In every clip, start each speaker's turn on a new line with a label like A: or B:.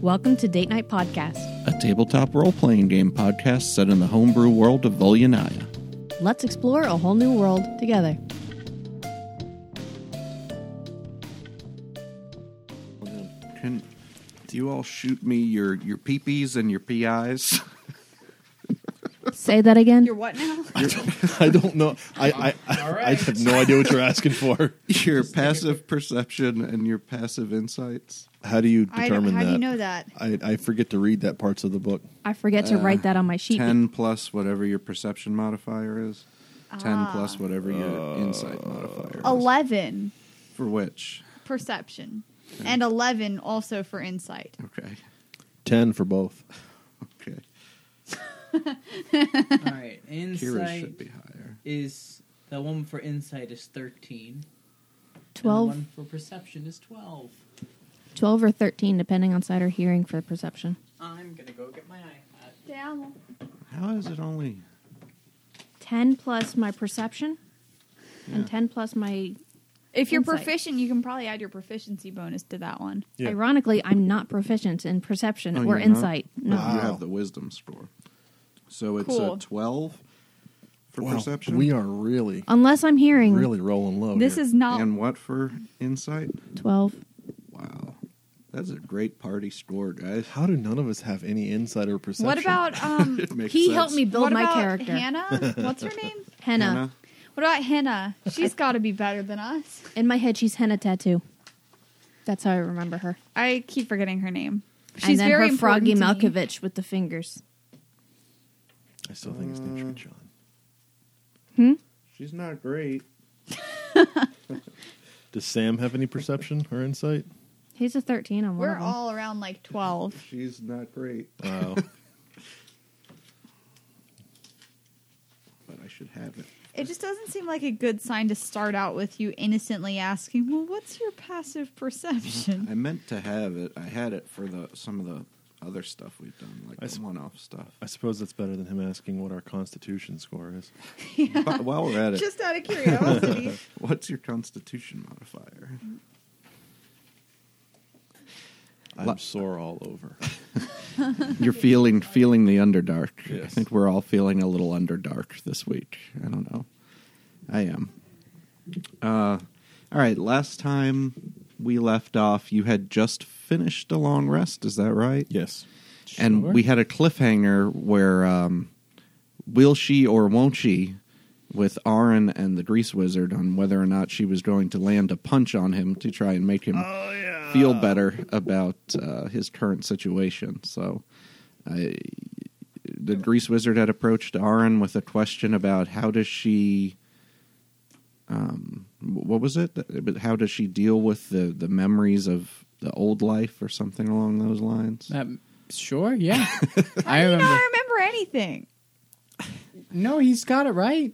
A: Welcome to Date Night Podcast.
B: a tabletop role playing game podcast set in the homebrew world of Volyanaya.
A: Let's explore a whole new world together.
B: Can do you all shoot me your your peepees and your PIs?
A: Say that again.
C: You're what now?
D: I don't know. I I, I have no idea what you're asking for.
B: your passive perception and your passive insights.
D: How do you
C: I don't,
D: determine
C: how
D: that?
C: do you know that?
D: I, I forget to read that parts of the book.
A: I forget to write that on my sheet.
B: Ten plus whatever your perception modifier is. Ten plus whatever your insight modifier is.
C: Eleven
B: For which?
C: perception, and eleven also for insight.
B: Okay.
D: Ten for both.
B: Okay.
E: All right,
B: Kira
E: insight
B: should be higher.
E: is the one for insight is thirteen.
A: Twelve,
E: And the one for perception is twelve.
A: twelve or 13, depending on sight or hearing for perception.
E: I'm gonna go get my iPad.
C: Down.
B: How is it only
A: 10 plus my perception, and 10 plus my.
C: If you're
A: Insight.
C: proficient, you can probably add your proficiency bonus to that one.
D: Yeah.
A: Ironically, I'm not proficient in perception
B: Oh,
A: or
B: you're not?
A: insight.
B: No,
A: No.
B: you
D: Wow.
B: have the wisdom score. So it's
C: Cool.
B: a twelve for
D: Wow,
B: perception.
D: We are really
A: Unless I'm hearing.
D: really rolling low.
C: Um, this
D: Oh, here.
C: is not.
B: and what for insight?
A: 12.
B: Wow. That's a great party score, guys.
D: how do none of us have any insider perception?
C: what about um?
B: It makes
A: He
B: sense.
A: helped me build
C: what
A: my
C: about
A: character.
C: Hannah? What's her name?
A: Henna.
B: Hannah,
C: What about Hannah? She's got to be better than us.
A: In my head, she's henna tattoo. That's how I remember her.
C: I keep forgetting her name. She's
A: and then
C: very
A: her Froggy
C: important to me.
A: Malkovich with the fingers.
D: I still think his name should be John.
B: She's not great.
D: Does Sam have any perception or insight?
A: He's a 13 on one
C: We're
A: of them.
C: all around like twelve.
B: She's not great.
D: Wow.
B: But I should have it.
C: It just doesn't seem like a good sign to start out with you innocently asking, "Well, what's your passive perception?"
B: I meant to have it. I had it for the some of the other stuff we've done, like
D: I
B: the
D: s-
B: one off stuff.
D: I suppose that's better than him asking what our constitution score is.
B: But while we're at it,
C: Just out of curiosity.
B: what's your constitution modifier?
D: I'm
B: Lo-
D: sore all over.
B: You're feeling feeling the underdark. I
D: Yes.
B: think we're all feeling a little underdark this week. I don't know. I am. Uh, all right. Last time we left off, you had just finished a long rest. Is that right?
D: Yes.
B: And
D: Sure.
B: we had a cliffhanger where um, will she or won't she with Aaron and the Grease Wizard on whether or not she was going to land a punch on him to try and make him
D: Oh,
B: feel better about uh, his current situation. So I, the Grease Wizard had approached Aaron with a question about how does she. Um, what was it? But How does she deal with the, the memories of the old life or something along those lines?
F: Um, sure, yeah. I
C: I do
F: remember.
C: not remember anything.
F: No, he's got it right.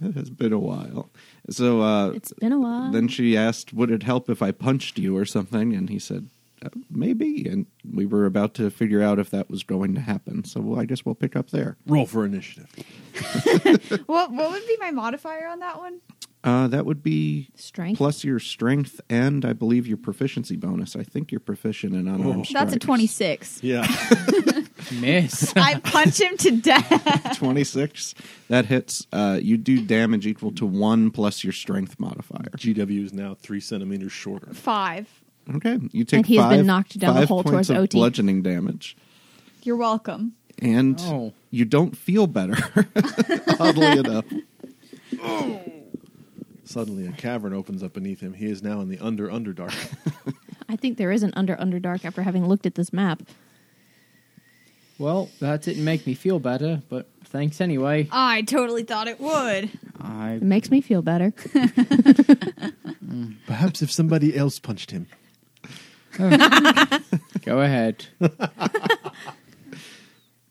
B: It has been a while. So uh,
A: It's been a while.
B: then she asked, "Would it help if I punched you or something?" And he said, uh, "Maybe." And we were about to figure out if that was going to happen. So well, I guess we'll pick up there.
D: Roll for initiative.
C: What what would be my modifier on that one?
B: Uh, that would be
A: Strength.
B: plus your strength and I believe your proficiency bonus. I think you're proficient in unarmed
C: That's a
D: Oh.
B: strikes.
C: twenty six.
D: Yeah.
F: Miss.
C: I punch him to death.
B: 26. That hits. Uh, you do damage equal to one plus your strength modifier.
D: GW is now three centimeters shorter.
C: Five.
B: Okay, you take
A: And he's been
B: five-
A: knocked down the
B: five
A: hole
B: points
A: towards
B: of
A: OT.
B: bludgeoning damage.
C: You're welcome.
B: and
F: Oh.
B: you don't feel better. Oddly enough,
D: Suddenly, a cavern opens up beneath him. He is now in the under underdark.
A: I think there is an under underdark after having looked at this map.
F: well, that didn't make me feel better, but thanks anyway.
C: I totally thought it would.
F: I
A: It makes me feel better.
D: Perhaps if somebody else punched him.
F: go ahead.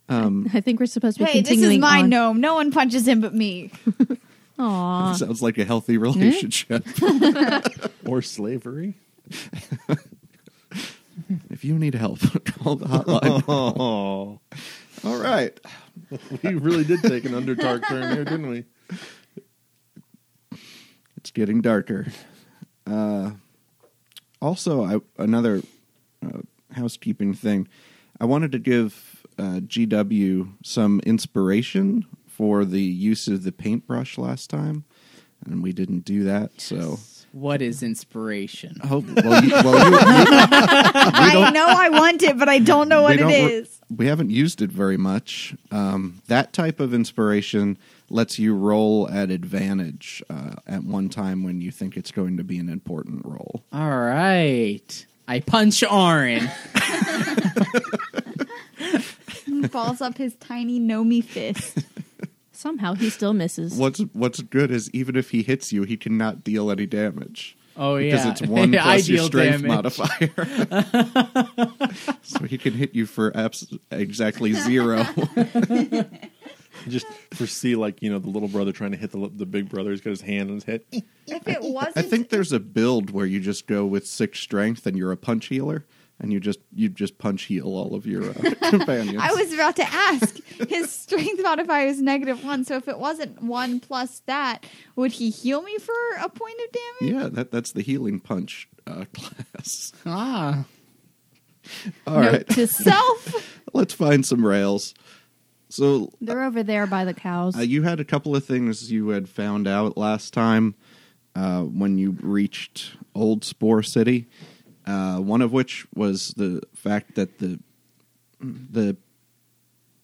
A: I think we're supposed to be
C: hey, this
A: continuing
C: is my
A: on.
C: gnome. No one punches him but me.
A: Aw.
B: sounds like a healthy relationship.
D: Or slavery.
B: if you need help, call the hotline.
D: Oh,
B: All right.
D: we really did take an underdark turn there, didn't we?
B: It's getting darker. Uh, also, I, another uh, housekeeping thing. I wanted to give uh, GW some inspiration for the use of the paintbrush last time, and we didn't do that. So,
F: What is inspiration?
B: oh, well, you, well you, you-
C: I know I want it, but I don't know
B: we
C: what it
B: don't- we're-
C: is.
B: We haven't used it very much. Um, that type of inspiration lets you roll at advantage uh, at one time when you think it's going to be an important roll.
F: All right. I punch Aaron.
C: Hmm, Balls up his tiny gnomy fist.
A: Somehow he still misses.
B: What's What's good is even if he hits you, he cannot deal any damage.
F: Oh yeah,
B: because it's one plus your
F: Ideal
B: strength
F: damage.
B: modifier. so he can hit you for abs- exactly zero.
D: Just foresee like you know the little brother trying to hit the li- the big brother. He's got his hand on his head.
C: If it wasn't,
B: I think there's a build where you just go with six strength and you're a punch healer, and you just you just punch heal all of your uh, companions.
C: I was about to ask. His strength modifier is negative one, so if it wasn't one plus that, would he heal me for a point of damage?
B: yeah, that that's the healing punch uh, class.
F: Ah,
B: All right,
C: Note to self.
B: let's find some rails. So
A: They're over there by the cows.
B: Uh, you had a couple of things you had found out last time uh, when you reached Old Spore City. Uh, one of which was the fact that the the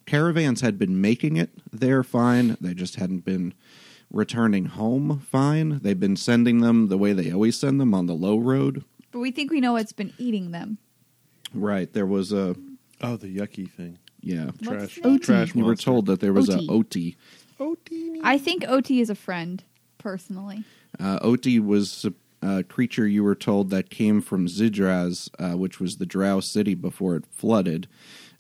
B: caravans had been making it there fine. They just hadn't been returning home fine. They've been sending them the way they always send them on the low road.
C: But we think we know what's been eating them.
B: Right. There was a
D: Oh, the yucky thing.
B: yeah.
C: What's
D: Trash.
C: the name?
D: Trash.
B: You were
D: monster.
B: told that there was
A: OT.
B: a OT.
C: I think OT is a friend, personally.
B: Uh, Oti was a, a creature you were told that came from Zidraz, uh, which was the Drow city before it flooded.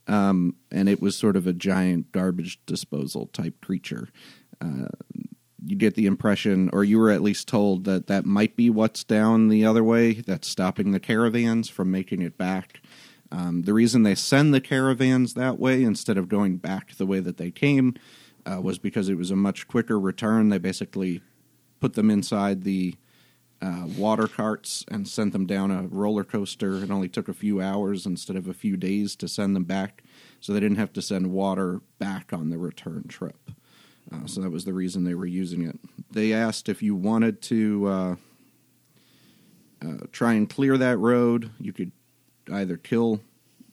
B: Um, and it was sort of a giant garbage disposal type creature. Uh, you get the impression, or you were at least told, that that might be what's down the other way that's stopping the caravans from making it back. Um, the reason they send the caravans that way instead of going back the way that they came uh, was because it was a much quicker return. They basically put them inside the uh, water carts and sent them down a roller coaster. It only took a few hours instead of a few days to send them back, so they didn't have to send water back on the return trip. Uh, so that was the reason they were using it. They asked if you wanted to uh, uh, try and clear that road. You could either kill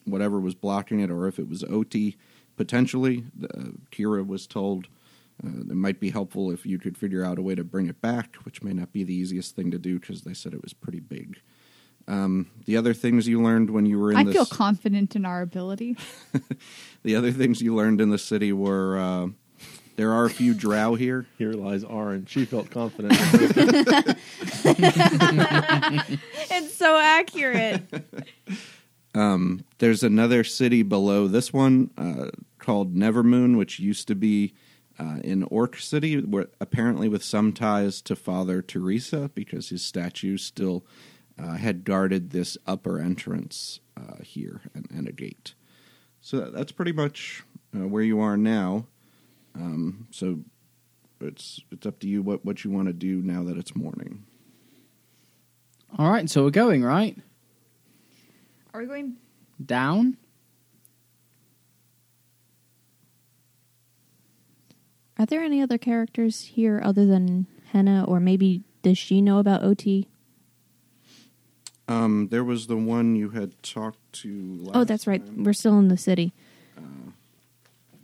B: whatever was blocking it, or if it was OT, potentially. Uh, Kira was told uh, it might be helpful if you could figure out a way to bring it back, which may not be the easiest thing to do because they said it was pretty big. Um, the other things you learned when you were in
C: I
B: this
C: feel confident in our ability.
B: the other things you learned in the city were uh, there are a few drow here.
D: Here lies Aaron. She felt confident. in her-
C: it's so accurate.
B: There's another city below this one uh, called Nevermoon, which used to be uh, in Orc City, where apparently with some ties to Father Teresa, because his statue still uh, had guarded this upper entrance uh, here and, and a gate. So that- that's pretty much uh, where you are now. Um, so it's it's up to you what, what you want to do now that it's morning.
F: all right. So we're going right
C: Are we going?
F: down.
A: Are there any other characters here other than Henna, or maybe does she know about OT?
B: Um, there was the one you had talked to. Last
A: Oh, that's right.
B: time.
A: We're still in the city.
C: Uh.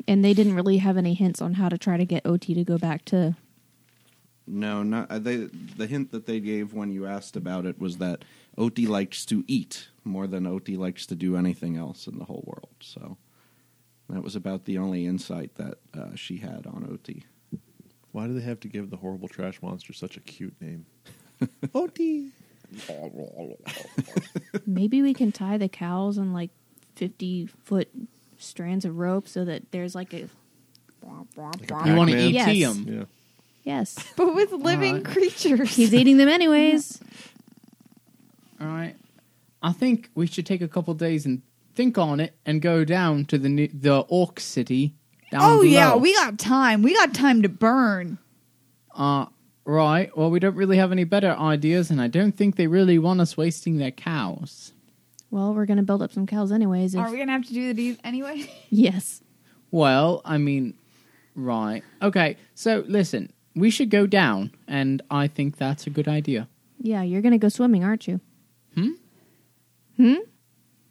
A: And they didn't really have any hints on how to try to get OT to go back to.
B: No, not uh, they. The hint that they gave when you asked about it was that Oti likes to eat more than Oti likes to do anything else in the whole world. So that was about the only insight that uh, she had on Oti.
D: Why do they have to give the horrible trash monster such a cute name? Ot.
A: Maybe we can tie the cows on like 50 foot strands of rope so that there's like a.
F: You want to
D: Pac-Man?
F: ET
A: Yes.
F: him?
D: Yeah.
A: Yes.
C: But with living
F: right.
C: creatures.
A: He's eating them anyways.
F: All right. I think we should take a couple days and think on it and go down to the new, the orc city. Down
C: oh, yeah.
F: below.
C: We got time. We got time to burn.
F: Uh, right. Well, we don't really have any better ideas, and I don't think they really want us wasting their cows.
A: Well, we're gonna build up some cows anyways. If,
C: Are we gonna have to do the deed anyway?
A: yes.
F: Well, I mean, right. Okay, so listen, we should go down, and I think that's a good idea.
A: Yeah, you're gonna go swimming, aren't you?
F: Hmm?
A: Hmm?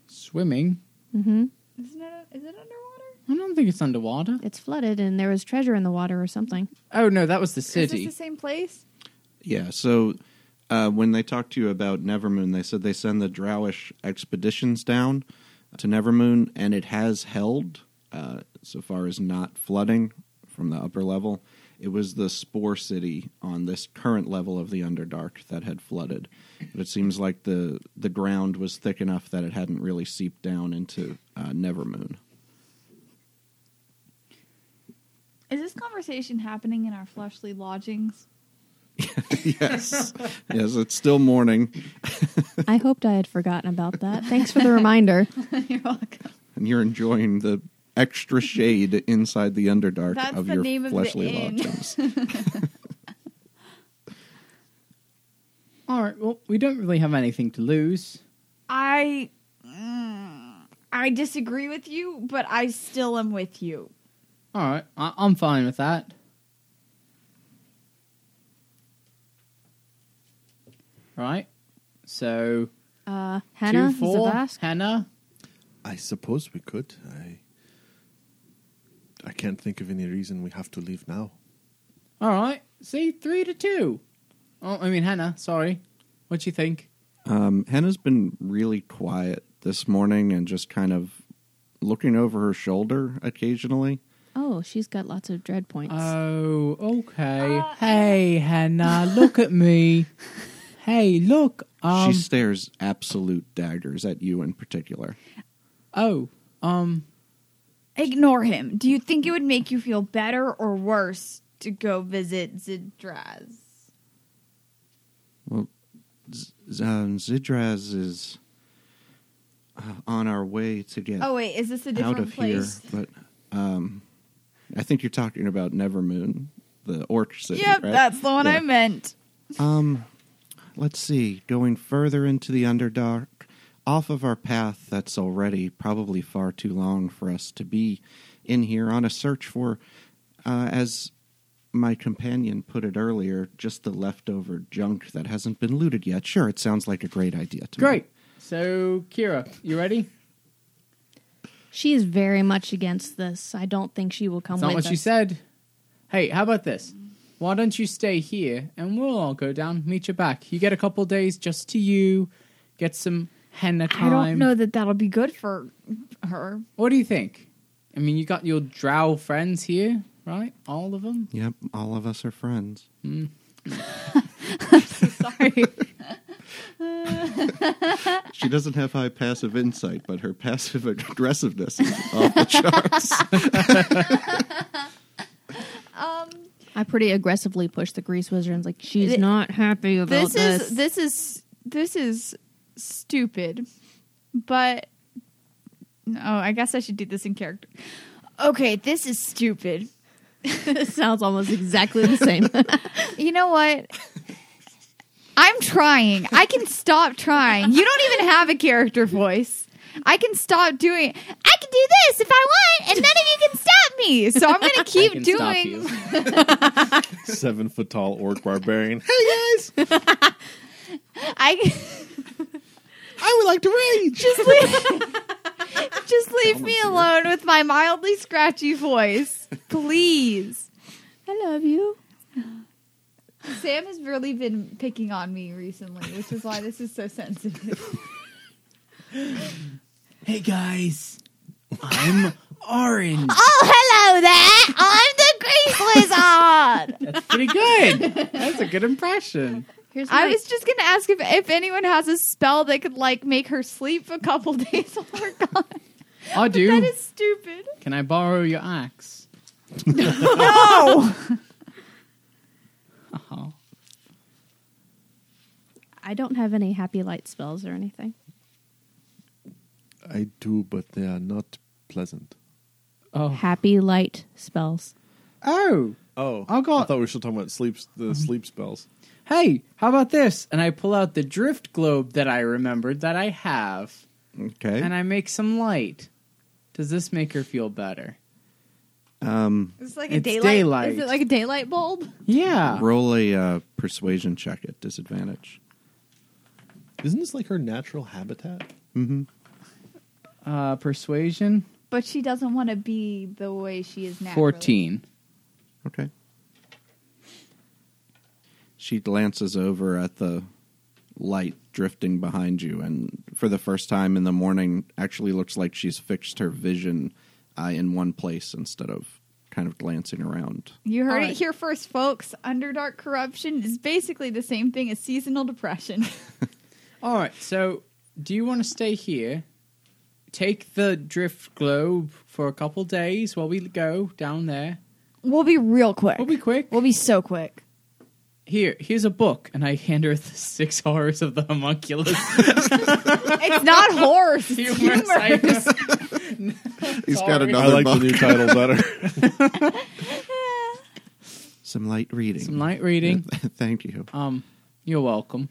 F: Swimming?
A: Mm-hmm.
C: Isn't it? Is it underwater?
F: I don't think it's underwater.
A: It's flooded, and there was treasure in the water or something.
F: Oh, no, that was the
C: Is
F: city.
C: this the same place?
B: Yeah. So uh, when they talked to you about Nevermoon, they said they send the Drowish expeditions down to Nevermoon, and it has held uh, so far as not flooding from the upper level. It was the Spore City on this current level of the Underdark that had flooded, but it seems like the the ground was thick enough that it hadn't really seeped down into uh, Nevermoon.
C: Is this conversation happening in our fleshly lodgings?
B: yes, yes, it's still morning,
A: I hoped I had forgotten about that. Thanks for the reminder.
C: You're welcome.
B: and you're enjoying the extra shade inside the Underdark
C: That's
B: of
C: the
B: your
C: name of the
B: fleshly
C: inn.
B: lodgings.
F: All right, well, we don't really have anything to lose.
C: I mm, I disagree with you, but I still am with you.
F: All right, I- I'm fine with that. Right? So,
A: Uh, Hannah,
F: two, four.
A: Zavas-
F: Hannah,
D: I suppose we could. I I can't think of any reason we have to leave now.
F: All right. See, three to two. Oh, I mean, Hannah. Sorry. What do you think?
B: Um, Hannah's been really quiet this morning and just kind of looking over her shoulder occasionally.
A: Oh, she's got lots of dread points.
F: Oh,
C: Uh,
F: okay. hey, Hannah, look at me. Hey, look. Um.
B: she stares absolute daggers at you in particular.
F: Oh. Um.
C: Ignore him. Do you think it would make you feel better or worse to go visit Zidraz?
B: Well, Z- um, Zidraz is uh, on our way to get
C: Oh wait, is this a
B: out
C: different
B: of
C: place?
B: here, but um, I think you're talking about Nevermoon, the orc city.
C: Yep,
B: right?
C: that's the one I
B: Yeah.
C: meant.
B: Um, let's see. Going further into the Underdark, off of our path that's already probably far too long for us to be in here on a search for, uh, as my companion put it earlier, just the leftover junk that hasn't been looted yet. Sure, it sounds like a great idea to me.
F: Great. So, Kira, you ready?
A: She is very much against this. I don't think she will come
F: That's not
A: with
F: what
A: us.
F: she said. Hey, how about this? Why don't you stay here and we'll all go down, meet you back. You get a couple days just to you, get some henna time.
C: I don't know that that'll be good for her.
F: What do you think? I mean, you got your drow friends here, right? All of them?
B: Yep, all of us are friends.
C: Sorry.
B: She doesn't have high passive insight, but her passive aggressiveness is off the charts.
C: um
A: I pretty aggressively pushed the grease wizard. and was like, she's
C: Th-
A: not happy about
C: this
A: this.
C: is this is this is stupid but no i guess i should do this in character okay this is stupid
A: It sounds almost exactly the same.
C: you know what i'm trying i can stop trying you don't even have a character voice i can stop doing i can do this if i want and none of you can stop me so i'm gonna
F: I
C: keep
F: can stop
C: doing
F: you.
D: Seven foot tall orc barbarian.
C: I
B: I would like to rage.
C: just leave, just leave me alone with my mildly scratchy voice, please.
A: I love you.
C: Sam has really been picking on me recently, which is why this is so sensitive.
F: Hey guys, I'm Orange.
C: Oh, hello there! I'm the Grease Wizard.
F: That's pretty good. That's a good impression.
A: Here's
C: I
A: my-
C: was just gonna ask if if anyone has a spell that could like make her sleep a couple days while we're gone.
F: I do.
C: That is stupid.
F: Can I borrow your axe?
C: No.
F: Uh-huh.
A: I don't have any happy light spells or anything.
D: I do, but they are not pleasant.
F: Oh.
A: Happy light spells.
F: Oh.
D: Oh,
F: I got-
D: I thought we were still talking about sleep, the sleep spells.
F: Hey, how about this? And I pull out the drift globe that I remembered that I have.
B: Okay.
F: and I make some light. Does this make her feel better?
B: um,
C: It's like
F: a It's daylight- daylight.
C: Is it like a daylight bulb?
F: Yeah.
B: roll a uh, persuasion check at disadvantage.
D: Isn't this like her natural habitat?
B: Mm-hmm.
F: Uh, persuasion
C: But she doesn't want to be the way she is now.
F: fourteen.
B: Okay. She glances over at the light drifting behind you, and for the first time in the morning, actually looks like she's fixed her vision uh, in one place instead of kind of glancing around.
C: You heard
A: Alright.
C: it here first, folks. Underdark corruption is basically the same thing as seasonal depression.
F: All right. So, do you want to stay here? Take the drift globe for a couple days while we go down there.
C: we'll be real quick.
F: We'll be quick.
C: We'll be so quick.
F: Here, here's a book, and I hand her the six horrors of the homunculus.
C: It's not horse. It's
F: Humor.
C: humor.
B: He's
F: got Sorry.
D: I like the new title better.
B: Some light reading.
F: Some light reading.
B: Thank you.
F: Um, you're welcome.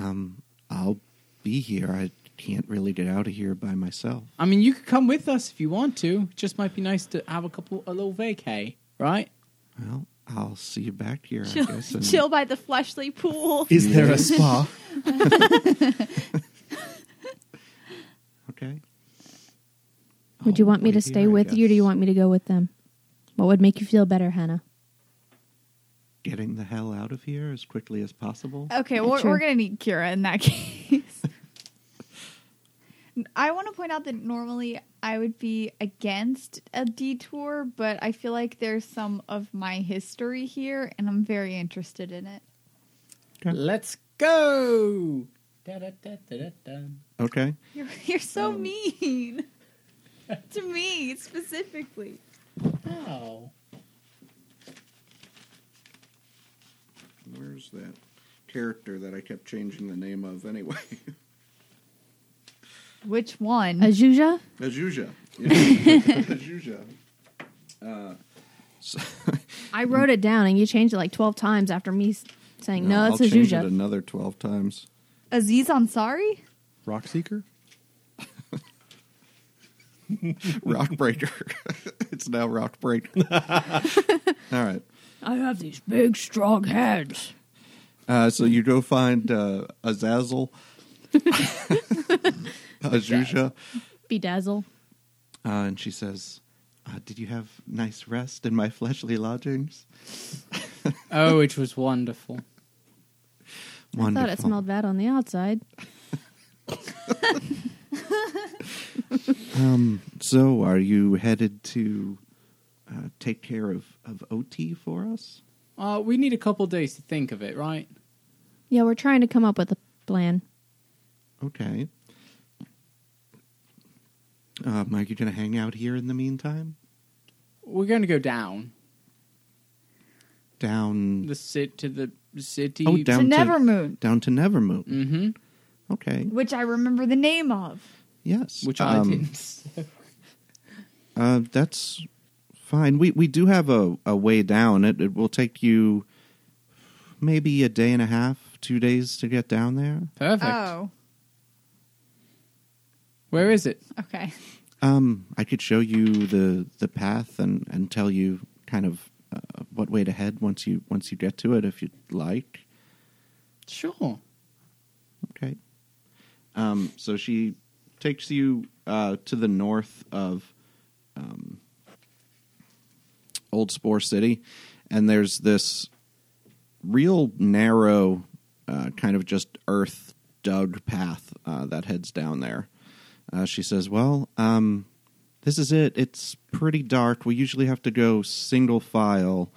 B: Um, I'll be here. I can't really get out of here by myself.
F: I mean, you could come with us if you want to. It just might be nice to have a couple, a little vacay, right?
B: Well, I'll see you back here, I
C: chill,
B: guess. and-
C: chill by the fleshly pool.
D: Is there a spa?
B: Okay.
A: Would you
B: I'll
A: want me to
B: wait here,
A: stay
B: I
A: with you? Or do you
B: guess.
A: want me to go with them? What would make you feel better, Hannah?
B: getting the hell out of here as quickly as possible?
C: Okay, we're,
A: True.
C: we're gonna need Kira in that case. I want to point out that normally I would be against a detour, but I feel like there's some of my history here, and I'm very interested in it.
B: Okay.
F: Let's go. Da-da-da-da-da-da.
B: Okay.
C: You're, you're so mean to me specifically.
F: Oh.
B: Where's that character that I kept changing the name of anyway?
C: Which
A: Mm-hmm.
C: one?
A: Azuja?
B: Azuja. Yeah. Azuja. Uh, so-
A: I wrote it down and you changed it like 12 times after me s- saying, no,
B: I'll
A: it's
B: change it
A: Azuja.
B: another 12 times.
C: Aziz Ansari?
D: Rock Seeker?
B: Rockbreaker. it's now Rockbreaker. All right.
A: I have these big, strong hands.
B: Uh, so you go find uh, Azazel, Azuja,
A: Bedazzle.
B: uh, and she says, uh, Did you have nice rest in my fleshly lodgings?
F: Oh, it was wonderful.
A: I
B: Wonderful.
A: thought it smelled bad on the outside.
B: Um, so, are you headed to uh, take care of, of OT for us?
F: Uh, we need a couple days to think of it, right?
A: Yeah, we're trying to come up with a plan.
B: Okay. Um, are you going to hang out here in the meantime?
F: We're going to go down
B: Down,
F: the sit to the city.
B: Oh, down-
C: To
B: Down to-
C: Nevermoon,
B: down to Nevermoon.
F: Mm-hmm.
B: Okay.
C: which I remember the name of.
B: Yes.
F: Which I
B: um,
F: didn't.
B: Uh, that's fine. We we do have a, a way down. It it will take you maybe a day and a half, two days to get down there.
F: Perfect.
C: Oh,
F: Where is it?
C: okay.
B: Um, I could show you the the path and and tell you kind of uh, what way to head once you once you get to it if you'd like.
F: Sure.
B: Okay. Um, so she takes you uh, to the north of um, Old Spore City, and there's this real narrow, uh, kind of just earth dug path uh, that heads down there. Uh, she says, Well, um, this is it. It's pretty dark. We usually have to go single file.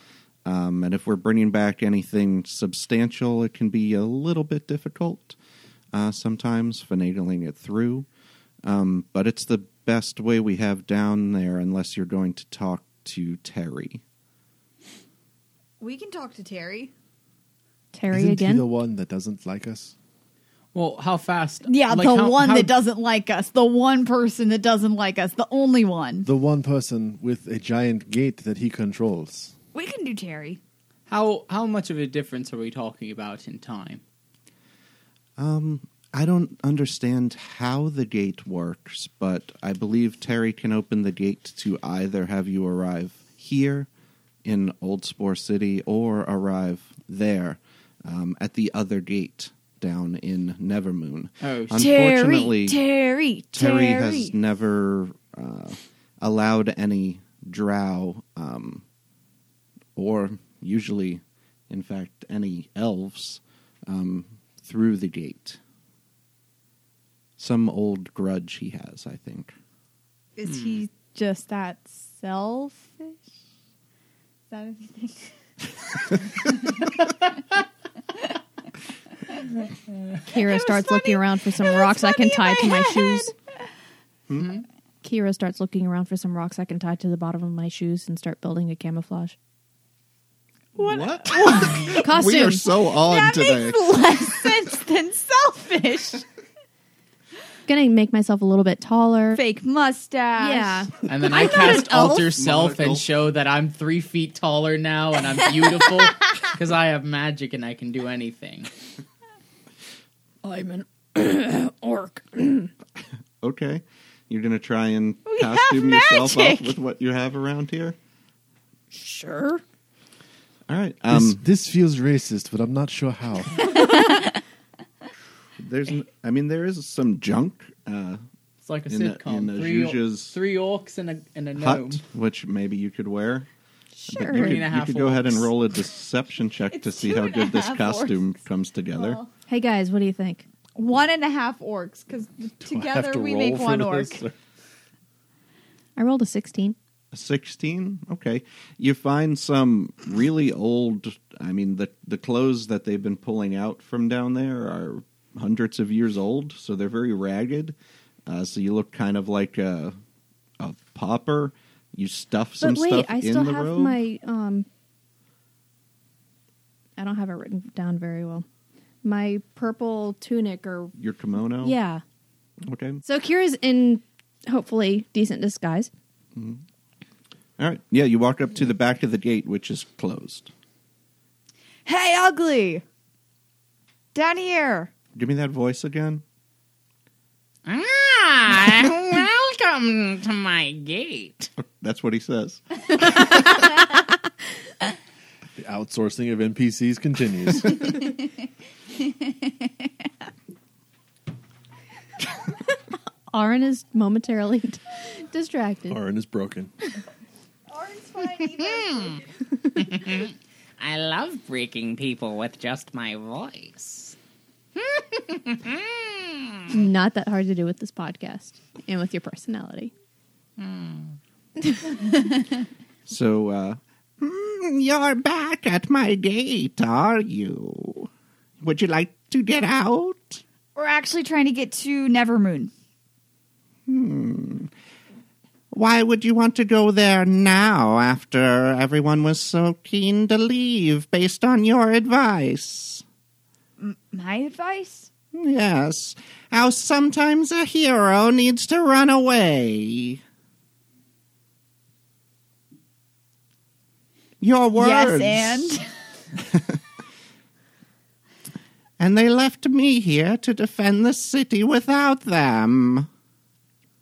B: Um, and if we're bringing back anything substantial, it can be a little bit difficult uh, sometimes, finagling it through. Um, but it's the best way we have down there, unless you're going to talk to Terry.
C: We can talk to Terry.
A: Terry
D: Isn't
A: again?
D: he the one that doesn't like us?
F: Well, how fast?
C: Yeah,
F: like,
C: the
F: how-
C: one
F: how-
C: that doesn't like us. The one person that doesn't like us. The only one.
D: The one person with a giant gate that he controls.
C: We can do Terry.
F: How how much of a difference are we talking about in time?
B: Um, I don't understand how the gate works, but I believe Terry can open the gate to either have you arrive here in Old Spore City or arrive there um, at the other gate down in Nevermoon.
F: Oh,
B: Un- Unfortunately,
C: Terry,
B: Terry has never uh, allowed any drow um, or usually, in fact, any elves um, through the gate. Some old grudge he has, I think.
C: Is he just that selfish? Is that what you think?
A: Kira starts looking around for some rocks I can tie to my shoes.
B: Hmm?
A: Kira starts looking around for some rocks I can tie to the bottom of my shoes and start building a camouflage
B: What?
A: costume.
B: we are so on
C: That
B: today.
C: makes less sense than selfish.
A: Gonna make myself a little bit taller.
C: Fake mustache.
A: Yeah.
F: And then I
C: I'm not
F: cast
C: an elf.
F: alter self
B: Monocle.
F: and show that I'm three feet taller now and I'm beautiful because I have magic and I can do anything.
A: I'm an orc.
B: Okay. You're going to try and
C: We have
B: costume yourself up
C: magic.
B: with what you have around here?
A: Sure.
B: All right.
D: this,
B: Um,
D: this feels racist, but I'm not sure how.
B: there's, n- I mean, there is some junk uh,
F: It's like a
B: In a-
F: sitcom.
B: in a
F: three,
B: Zhuzh's
F: three orcs and a, and a gnome.
B: hut, which maybe you could wear.
A: Sure.
B: You could,
F: and a
B: you
F: half
B: could go ahead and
F: orcs.
B: roll a deception check to
C: It's
B: see
C: two
B: how
C: and a
B: good this
C: half
B: costume comes together.
C: Well,
A: Hey guys, what do you think?
C: one and a half orcs, because together we make one orc.
A: I rolled a 16.
B: 16 okay you find some really old i mean the the clothes that they've been pulling out from down there are hundreds of years old so they're very ragged uh, so you look kind of like a a pauper you stuff some
A: but wait,
B: stuff
A: I
B: in
A: still
B: the
A: have
B: robe
A: my um I don't have it written down very well. My purple tunic or
B: your kimono
A: yeah.
B: okay
A: So Kira's in hopefully decent disguise.
B: all right yeah you walk up to the back of the gate which is closed
C: Hey, ugly! Down here!
B: give me that voice again
G: Ah, welcome to my gate.
B: that's what he says
D: The outsourcing of NPCs continues.
A: Arin is momentarily distracted.
D: Orin is broken.
C: Orange fine either.
G: I love breaking people with just my voice.
A: Not that hard to do with this podcast and with your personality.
B: So, uh, "Mm, you're back at my gate, are you? Would you like to get out?
C: We're actually trying to get to Nevermoon.
B: Why would you want to go there now after everyone was so keen to leave based on your advice?
C: My advice?
B: Yes, how sometimes a hero needs to run away. Your words.
C: Yes, and?
B: And they left me here to defend the city without them.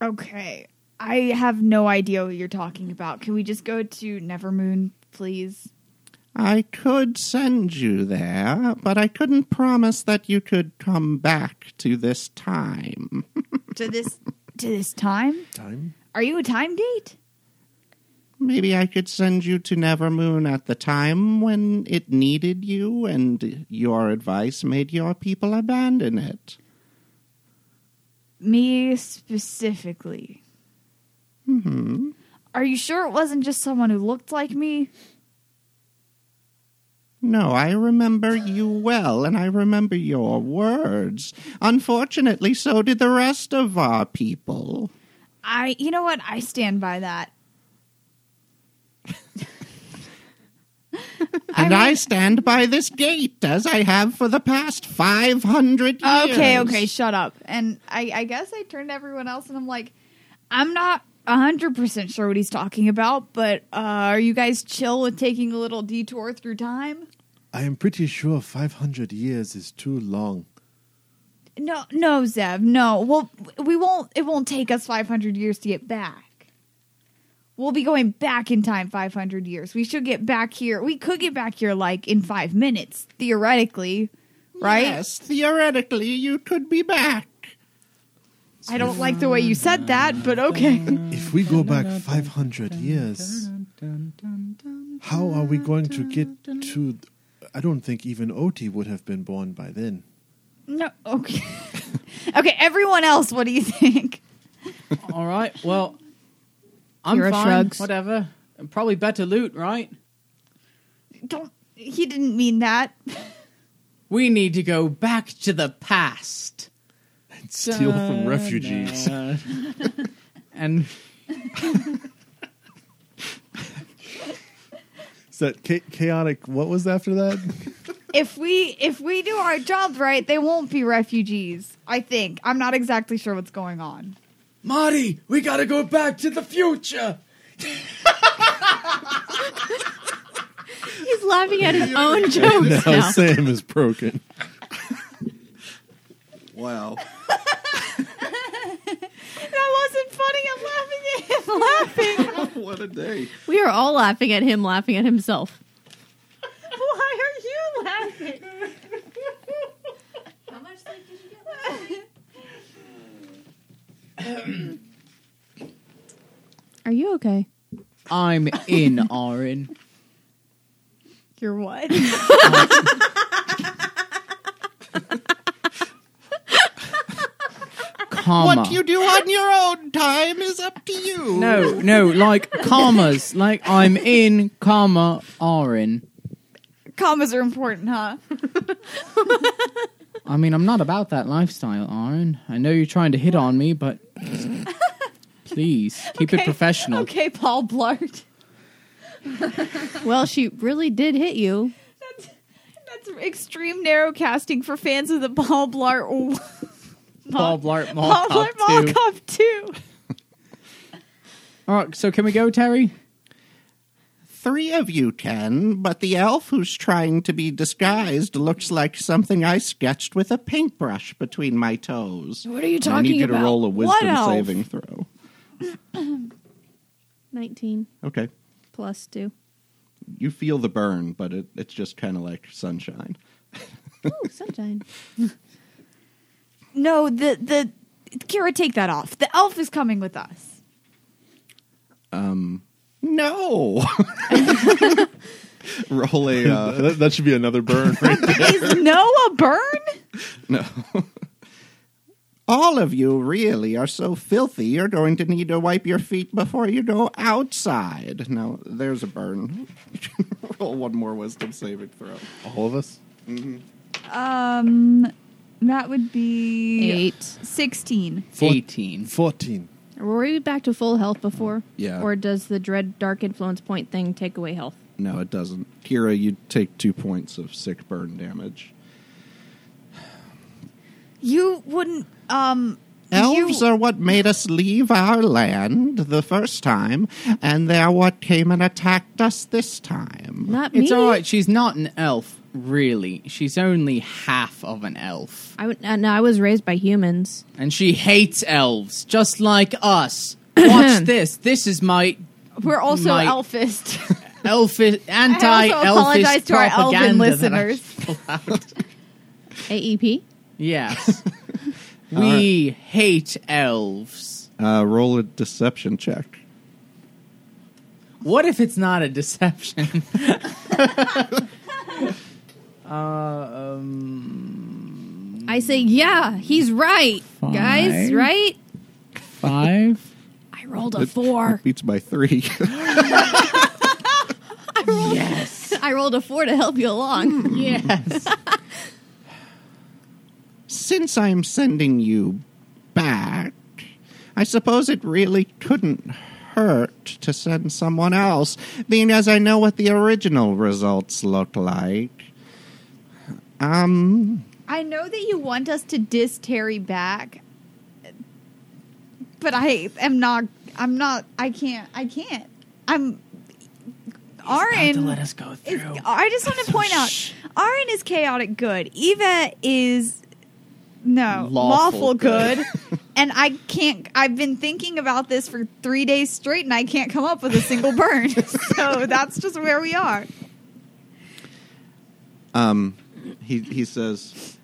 C: Okay. I have no idea what you're talking about. Can we just go to Nevermoon, please?
B: I could send you there, but I couldn't promise that you could come back to this time.
C: To this to this time?
D: Time?
C: Are you a time gate?
B: Maybe I could send you to Nevermoon at the time when it needed you and your advice made your people abandon it.
C: Me specifically.
B: hmm
C: Are you sure it wasn't just someone who looked like me?
B: No, I remember you well, and I remember your words. Unfortunately, so did the rest of our people.
C: I you know what? I stand by that.
B: And I, stand by this gate as I have for the past 500 years.
C: Okay, okay, shut up. And I, I guess I turned to everyone else and I'm like, I'm not 100% sure what he's talking about, but uh, are you guys chill with taking a little detour through time?
D: I am pretty sure 500 years is too long.
C: No, no, Zev, no. Well, we won't. It won't take us 500 years to get back. We'll be going back in time 500 years. We should get back here. We could get back here like in five minutes, theoretically, right?
H: Yes, theoretically, you could be back.
C: I don't like the way you said that, but okay.
D: If we go back 500 years, how are we going to get to. I don't think even Oti would have been born by then.
C: No, okay. okay, everyone else, what do you think?
F: All right. Well, I'm
A: Kira
F: fine.
A: shrugs.
F: Whatever. Probably better loot, right?
C: Don't. He didn't mean that.
F: We need to go back to the past.
D: Steal from refugees.
F: Uh, and
D: Is that cha- chaotic? What was after that?
C: If we if we do our job right, they won't be refugees. I think. I'm not exactly sure what's going on.
F: Marty, we gotta go back to the future.
A: He's laughing at his
H: Oh,
A: own jokes
D: now
A: now.
D: Sam is broken.
B: Wow.
C: That wasn't funny. I'm laughing at him laughing.
B: what a day.
A: We are all laughing at him, laughing at himself.
C: Why are you laughing?
A: How much sleep did you get? Are you okay?
F: I'm in, Orin.
C: You're what?
F: Karma.
H: What you do on your own time is up to you.
F: No, no, like commas. Like I'm in, comma, Orin.
C: Commas are important, huh?
F: I mean, I'm not about that lifestyle, Orin. I know you're trying to hit on me, but please keep it
C: Okay.
F: professional.
C: Okay, Paul Blart.
A: Well, she really did hit you.
C: That's that's extreme narrow casting for fans of the Paul Blart.
F: Paul Blart Mall
C: Paul
F: Cop
C: Blart Mall
F: 2.
C: Cop 2.
F: All right, so can we go, Terry?
H: Three of you can, but the elf who's trying to be disguised looks like something I sketched with a paintbrush between my toes.
A: What are you
B: I need you to roll a
C: What
B: wisdom
C: elf?
B: saving throw.
A: 19
B: Okay.
A: plus 2.
B: You feel the burn, but it, it's just kind of like sunshine.
A: Oh, sunshine.
C: No, the the Kira, take that off. The elf is coming with us.
B: No. roll a uh,
D: that, that should be another burn. Right?
C: Is Noah Byrne?
B: no.
H: All of you really are so filthy, you're going to need to wipe your feet before you go outside. Now, there's a burn.
B: roll one more wisdom saving throw.
D: All of us.
C: Um, that would be
A: 8.
C: sixteen.
F: 18.
D: 14.
A: Were we back to full health before?
B: Yeah.
A: Or does the dread dark influence point thing take away health?
B: No, it doesn't. Kira, you take two points of sick burn damage.
C: You wouldn't. Um,
H: Elves
C: you,
H: are what made us leave our land the first time, and they're what came and attacked us this time.
A: Not me.
F: It's all right. She's not an elf, really. She's only half of an elf,
A: I, would- uh, no, I was raised by humans.
F: and she hates elves, just like us. Watch this. This is my
C: we're also
F: my
C: elfist.
F: elf
C: I
F: anti
C: also
F: elfish
C: apologize to our elven
F: propaganda. that I-
C: listeners.
A: AEP?
F: Yes, we hate elves.
B: Uh, roll a deception check.
F: What if it's not a deception? uh, um,
A: I say, yeah, he's right, guys,
F: Fine.
A: right?
F: five.
A: I rolled a 4.
B: Beats by three.
A: I rolled a 4 to help you along.
C: Hmm.
F: yes.
H: Since I'm sending you back, I suppose it really couldn't hurt to send someone else, being as I know what the original results look like. Um,
C: I know that you want us to diss Terry back, but I am not. I'm not. I can't. I can't. I'm. Aaron.
F: us go
C: is- I just want to point out, Aaron is chaotic good. Eva is no
F: Lawful
C: lawful
F: good.
C: good. and I can't. I've been thinking about this for three days straight, and I can't come up with a single burn. so that's just where we are.
B: Um, he he says,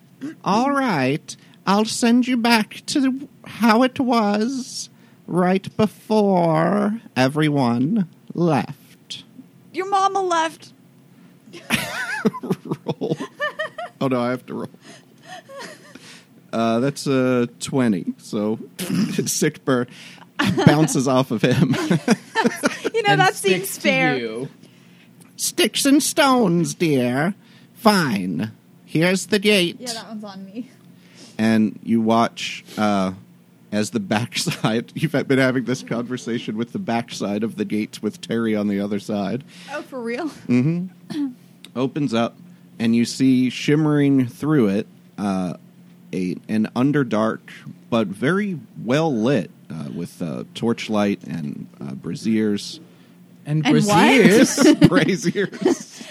H: All right, I'll send you back to how it was right before everyone left.
C: Your mama left.
B: roll. oh no, I have to roll. Uh, that's a twenty, so sick burn bounces off of him.
C: You know
F: And
C: that
F: sticks
C: seems
F: to
C: fair.
F: you.
H: Sticks and stones, dear. Fine. Here's the gate.
C: Yeah, that one's on me.
B: and you watch uh, as the backside. You've been having this conversation with the backside of the gates with Terry on the other side.
C: Oh, for real?
B: Opens up, and you see shimmering through it uh, a an underdark but very well lit uh, with uh, torchlight and uh, braziers.
F: And,
C: And what?
F: braziers.
B: braziers.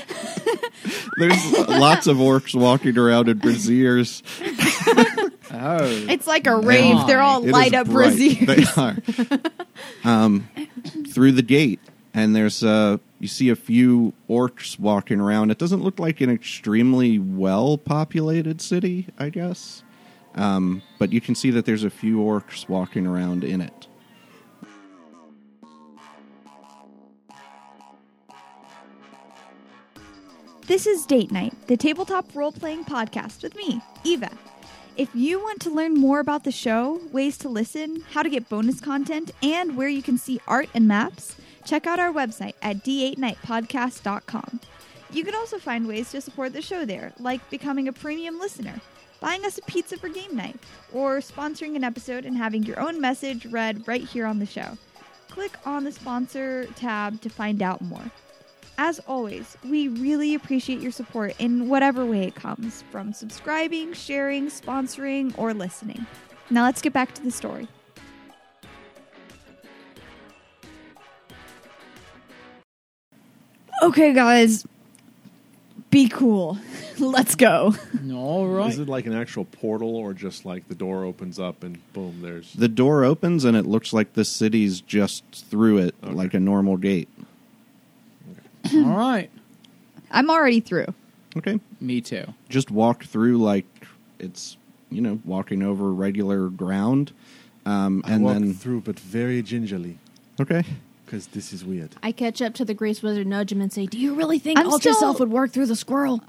B: There's lots of orcs walking around in braziers.
F: oh.
C: It's like a rave.
F: on.
C: They're all
B: It
C: light
B: is
C: up
B: bright.
C: braziers.
B: They are. um, through the gate, and there's uh, you see a few orcs walking around. It doesn't look like an extremely well populated city, I guess. Um, but you can see that there's a few orcs walking around in it.
C: This is Date Night, the tabletop role playing podcast with me, Eva. If you want to learn more about the show, ways to listen, how to get bonus content, and where you can see art and maps, check out our website at d8nightpodcast.com. You can also find ways to support the show there, like becoming a premium listener, buying us a pizza for game night, or sponsoring an episode and having your own message read right here on the show. Click on the sponsor tab to find out more. As always, we really appreciate your support in whatever way it comes from subscribing, sharing, sponsoring, or listening. Now let's get back to the story. Okay, guys, be cool. let's go.
F: All right.
D: Is it like an actual portal, or just like the door opens up and boom, there's
B: The door opens, and it looks like the city's just through it,
D: Okay.
B: like a normal gate.
F: All right.
C: I'm already through.
B: Okay,
F: Me too.
B: just walk through like it's you know walking over regular ground, um,
D: I
B: and
D: walk
B: then
D: through, but very gingerly,
B: okay.
D: because this is weird.
A: I catch up to the Grease Wizard, nudge him, and say, "Do you really think
C: I'm
A: Ultra
C: still-
A: Self would work through the squirrel,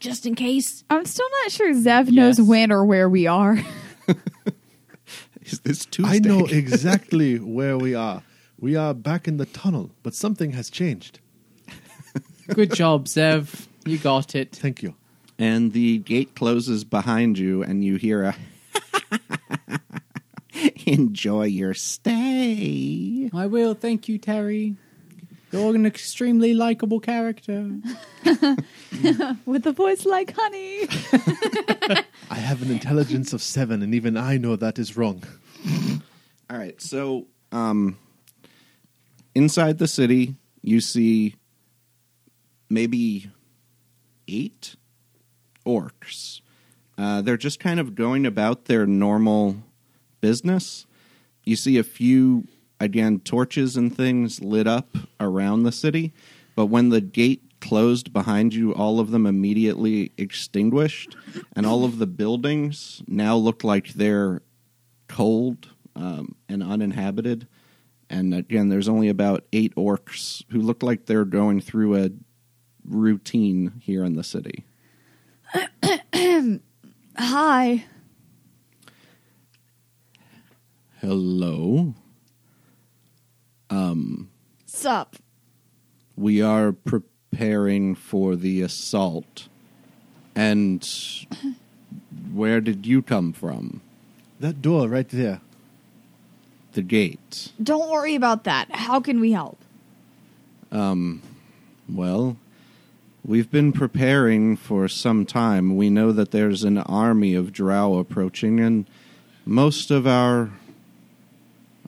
A: just in case?"
C: I'm still not sure Zev
F: knows
C: knows
F: Yes. when
C: when or where we are.
B: Is this Tuesday?
D: I know exactly where we are. We are back in the tunnel, but something has changed.
F: Good job, Zev. You got it.
D: Thank you.
B: and the gate closes behind you, and you hear a
H: Enjoy your stay.
F: I will. Thank you, Terry. You're an extremely likable character.
C: With a voice like honey.
D: I have an intelligence of seven, and even I know that is wrong.
B: All right. So, um, inside the city, you see maybe eight orcs. Uh, they're just kind of going about their normal business. You see a few, again, torches and things lit up around the city, but when the gate closed behind you, all of them immediately extinguished, and all of the buildings now look like they're cold um, and uninhabited. And again, there's only about eight orcs who look like they're going through a routine here in the city.
C: Hi.
B: Hello. Um,
C: Sup.
B: We are preparing for the assault. And where did you come from?
D: That door right there.
B: The gate.
C: Don't worry about that. How can we help?
B: Well, we've been preparing for some time. We know that there's an army of drow approaching, and most of our.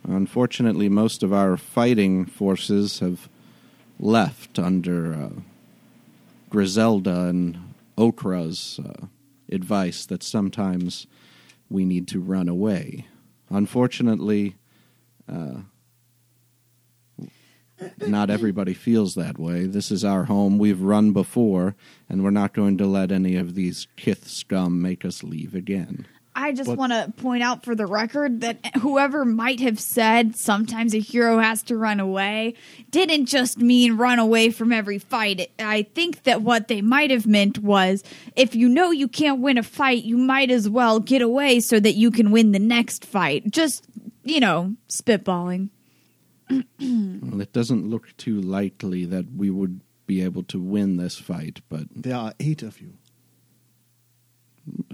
B: Unfortunately, most of our fighting forces have left under uh, Griselda and Okra's uh, advice that sometimes we need to run away. Unfortunately, uh, not everybody feels that way. This is our home. We've run before, and we're not going to let any of these kith scum make us leave again.
C: I just
D: But-
C: want to point out for the record that whoever might have said sometimes a hero has to run away didn't just mean run away from every fight. I think that what they might have meant was if you know you can't win a fight, you might as well get away so that you can win the next fight. Just, you know, spitballing.
B: Well, it doesn't look too likely that we would be able to win this fight, but
D: There are eight of you.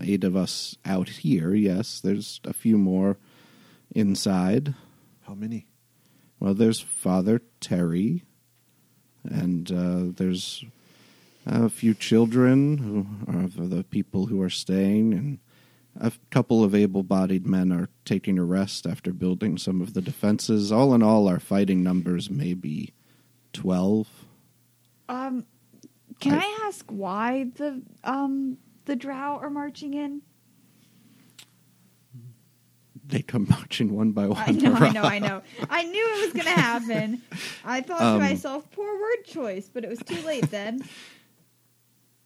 B: eight of us out here, yes, there's a few more inside.
D: How many?
B: Well, there's Father Terry, and uh, there's a few children who are of the people who are staying, and a couple of able bodied men are taking a rest after building some of the defenses. All in all, our fighting numbers may be 12.
C: Um, can I ask why the um the drow are marching in?
B: They come marching one by one.
C: I know, I know,
B: around.
C: I know. I knew it was going to happen. I thought to myself, poor word choice, but it was too late then.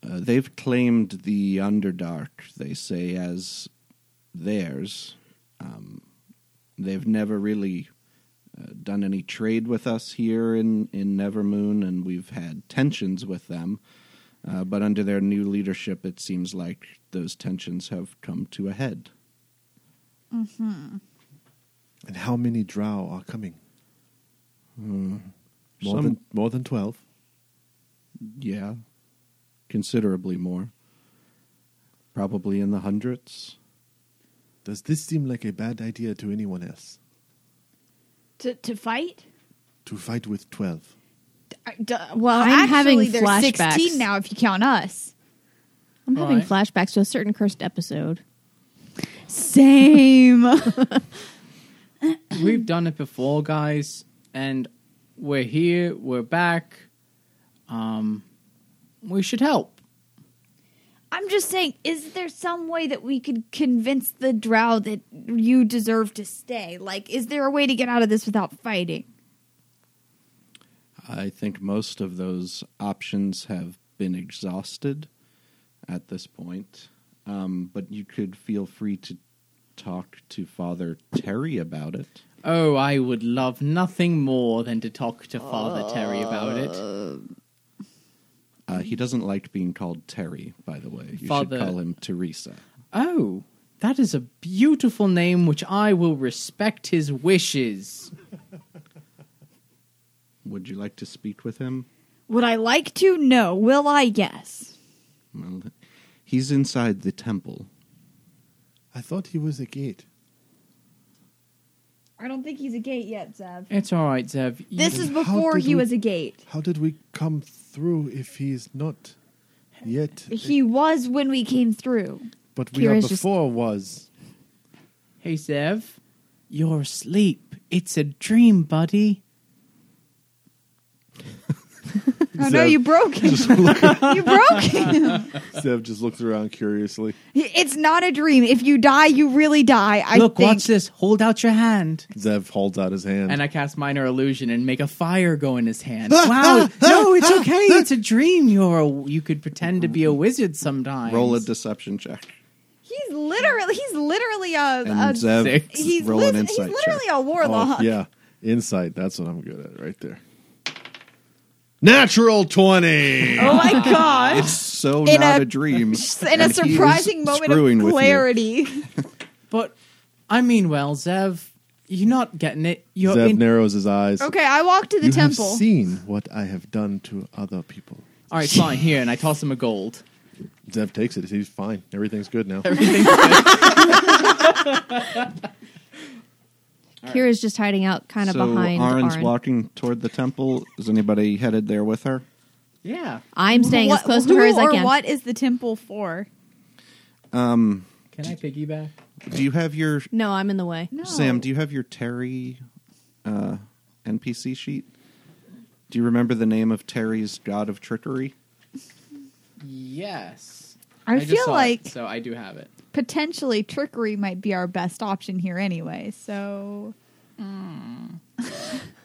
B: Uh, they've claimed the Underdark, they say, as theirs. Um, they've never really uh, done any trade with us here in, in Nevermoon, and we've had tensions with them. Uh, but under their new leadership, it seems like those tensions have come to a head.
D: And how many drow are coming? Hmm. More,
B: Some-
D: than, more than 12.
B: Yeah, considerably more. Probably in the hundreds.
D: Does this seem like a bad idea to anyone else?
C: To to fight?
D: To fight with 12?
C: well,
A: I'm
C: actually,
A: having
C: there's
A: flashbacks.
C: 16 now if you count us.
A: I'm
F: All
A: having
F: right.
A: flashbacks to a certain cursed episode.
C: Same.
F: We've done it before, guys, and we're here. We're back. Um, we should help.
C: I'm just saying, is there some way that we could convince the drow that you deserve to stay? Like, is there a way to get out of this without fighting?
B: I think most of those options have been exhausted at this point. Um, but you could feel free to talk to Father Terry about it.
F: Oh, I would love nothing more than to talk to Father Terry about it.
B: Uh,
C: Mm-hmm.
B: he doesn't like being called Terry, by the way. You
F: Father-
B: should call him Teresa.
F: Oh, that is a beautiful name, which I will respect his wishes.
B: Would you like to speak with him?
C: Would I like to? No. Will I? Yes.
B: Well, he's inside the temple.
D: I thought he was a gate.
C: I don't think he's a gate yet, Zev.
F: It's all right, Zev. You-
C: This is
D: How
C: before
D: did
C: he
D: we-
C: was a gate.
D: How did we come through if he's not yet?
C: He was when we came through.
D: but we are
A: Kira's just-
D: before was.
F: Hey, Zev. You're asleep. It's a dream, buddy.
C: Oh no,
D: Zev-
C: you broke him. you broke him.
D: Zev just looks around curiously.
C: It's not a dream. If you die, you really die. I
F: Look,
C: think.
F: watch this. Hold out your hand.
D: Zev holds out his hand.
F: And I cast minor illusion and make a fire go in his hand. wow! No, it's okay. It's a dream. You're a, you could pretend to be a wizard sometimes.
B: Roll a deception check.
C: He's literally he's literally a,
B: And
C: a
B: Zev,
F: six.
C: he's,
B: roll
C: lis-
B: an
C: he's
B: insight check.
C: literally a warlock.
D: Oh, yeah, insight. That's what I'm good at right there. Natural 20!
C: Oh my god.
B: It's so
C: In
B: not
C: a-
B: a, dream.
C: In a
B: and he is
C: surprising moment
B: screwing
C: of
B: with you.
C: clarity.
F: But I mean, well, Zev, you're not getting it. You're
D: Zev
F: in.
D: narrows his eyes.
C: okay, I walk to the
D: you
C: temple.
D: have seen what I have done to other people.
F: All right, fine. Here, and I toss him a gold.
D: Zev takes it. He's fine. Everything's good now.
F: Everything's good.
A: Kira's just hiding out kind of
B: so
A: behind
B: Arin's
A: Arin.
B: walking toward the temple. Is anybody headed there with her?
F: yeah.
A: I'm staying as
C: What-
A: close to
C: who
A: her as I
C: or
A: can.
C: What is the temple for?
F: Can I piggyback?
B: Do you have your
A: No, I'm in the way.
B: Sam, do you have your Terry uh, NPC sheet? Do you remember the name of Terry's god of trickery?
F: Yes.
C: I
F: just
C: feel
F: saw it,
C: like-
F: so I do have it.
C: potentially trickery might be our best option here anyway. So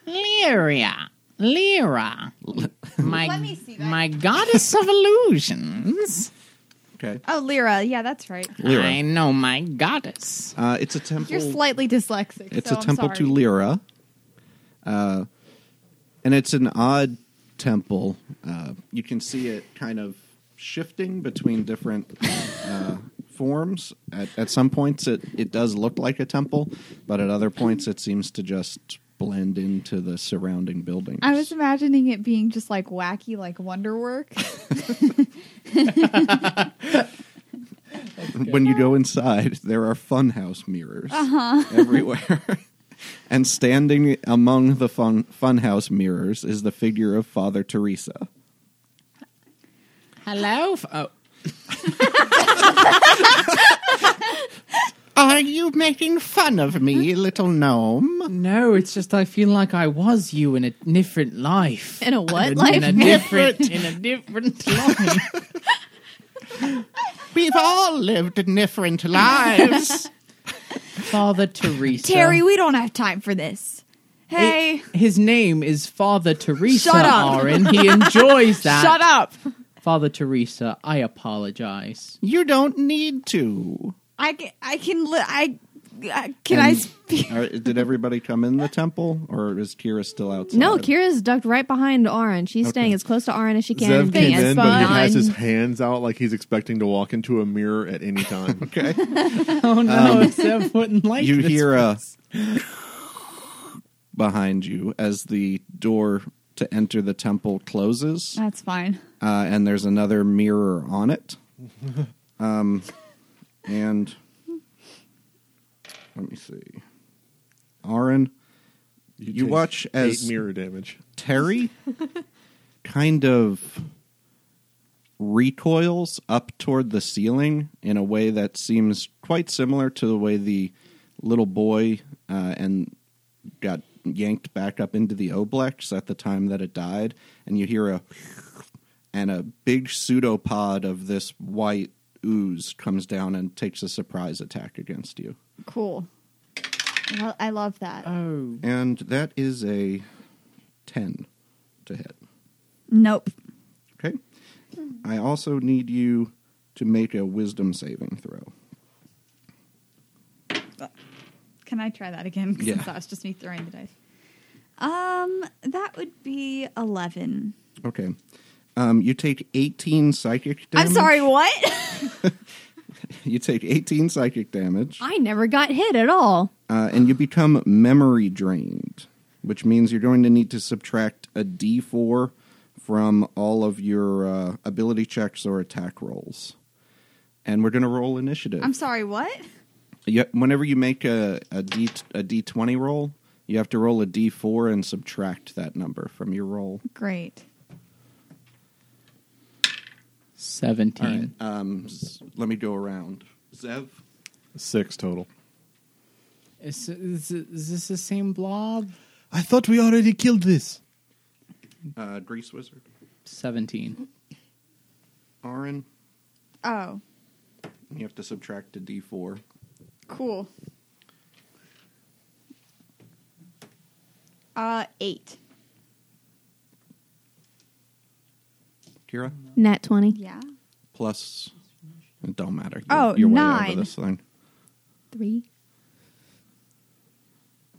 G: Lyria. Lyra. My,
C: Let me see that.
G: my goddess of illusions.
B: Okay.
C: Oh, Lyra, yeah, that's right.
B: Lyra.
G: I know my goddess.
B: Uh, it's a temple.
C: You're slightly dyslexic.
B: It's
C: so
B: a
C: I'm
B: temple to
C: sorry.
B: Lyra. Uh, and it's an odd temple. Uh, you can see it kind of shifting between different uh, forms. At, at some points, it, it does look like a temple, but at other points, it seems to just blend into the surrounding buildings.
C: I was imagining it being just like wacky, like Wonderwork.
B: when you go inside, there are funhouse mirrors
C: Uh-huh.
B: everywhere. and standing among the fun funhouse mirrors is the figure of Father Teresa.
G: Hello? F- oh.
H: Are you making fun of me, little gnome?
F: No, it's just I feel like I was you in a different life.
A: In a what
F: in
A: life?
F: In a different, in a different life.
H: We've all lived different lives.
F: Father Teresa.
C: Terry, we don't have time for this. Hey,
F: His name is Father Teresa
C: Shut up.
F: Aaron. He enjoys that.
C: shut up.
F: Father Teresa, I apologize.
H: you don't need to.
C: I can, I can, li- I, I can I
B: And-
C: speak?
B: All right, did everybody come in the temple, or is Kira still outside?
A: No, Kira's ducked right behind Arin. She's staying as close to Arin as she can.
D: Zev
A: and being
D: came
A: as
D: in, but he
A: fun.
D: has his hands out like he's expecting to walk into a mirror at any time.
B: Okay.
F: Oh no, Zev wouldn't like
B: you
F: this.
B: hear a behind you as the door to enter the temple closes, uh,
C: That's fine.
B: and there's another mirror on it. Um, and let me see, Aaron, You
D: take
B: watch as-
D: eight mirror damage.
B: Terry kind of recoils up toward the ceiling in a way that seems quite similar to the way the little boy uh, and got yanked back up into the oblex at the time that it died, and you hear a and a big pseudopod of this white ooze comes down and takes a surprise attack against you.
C: Cool. Lo- I love that.
F: Oh,
B: And that is a 10 to hit.
C: nope.
B: Okay. I also need you to make a wisdom saving throw.
C: Can I try that again?
B: Yeah.
C: Since that was just me throwing the dice. Um, that would be 11.
B: Okay. Um, you take 18 psychic damage.
C: I'm sorry, what?
B: You take 18 psychic damage,
A: I never got hit at all.
B: uh, and you become memory drained, which means you're going to need to subtract a d4 from all of your uh, ability checks or attack rolls. And we're going to roll initiative.
C: I'm sorry, what?
B: You, whenever you make a, a, D, a d20 roll, you have to roll a d4 and subtract that number from your roll.
C: Great.
F: 17.
B: Um, s- let me go around. Zev?
D: Six total.
F: Is, is, is this the same blob?
D: I thought we already killed this.
B: Uh, Grease Wizard.
F: 17.
B: Aaron,
C: Oh,
B: you have to subtract a d4.
C: cool. Uh, 8.
B: Kira?
A: Nat 20.
C: Yeah.
B: Plus. It don't matter. You're,
C: Oh,
B: you're way
C: nine.
B: over this thing.
A: Three.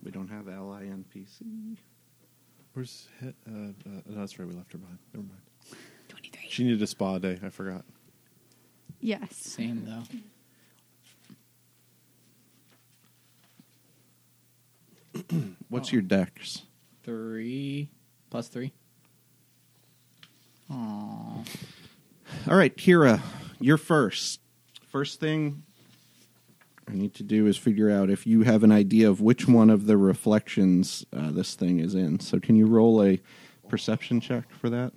B: We don't have LINPC.
D: Where's he- uh, uh, no, that's right. We left her behind. Never mind. Twenty-three. She needed a spa day. I forgot.
C: Yes.
F: Same though.
B: What's your dex?
F: Three plus three. Aww.
B: All right, Kira, you're first. First thing I need to do is figure out if you have an idea of which one of the reflections uh, this thing is in. So, can you roll a perception check for that?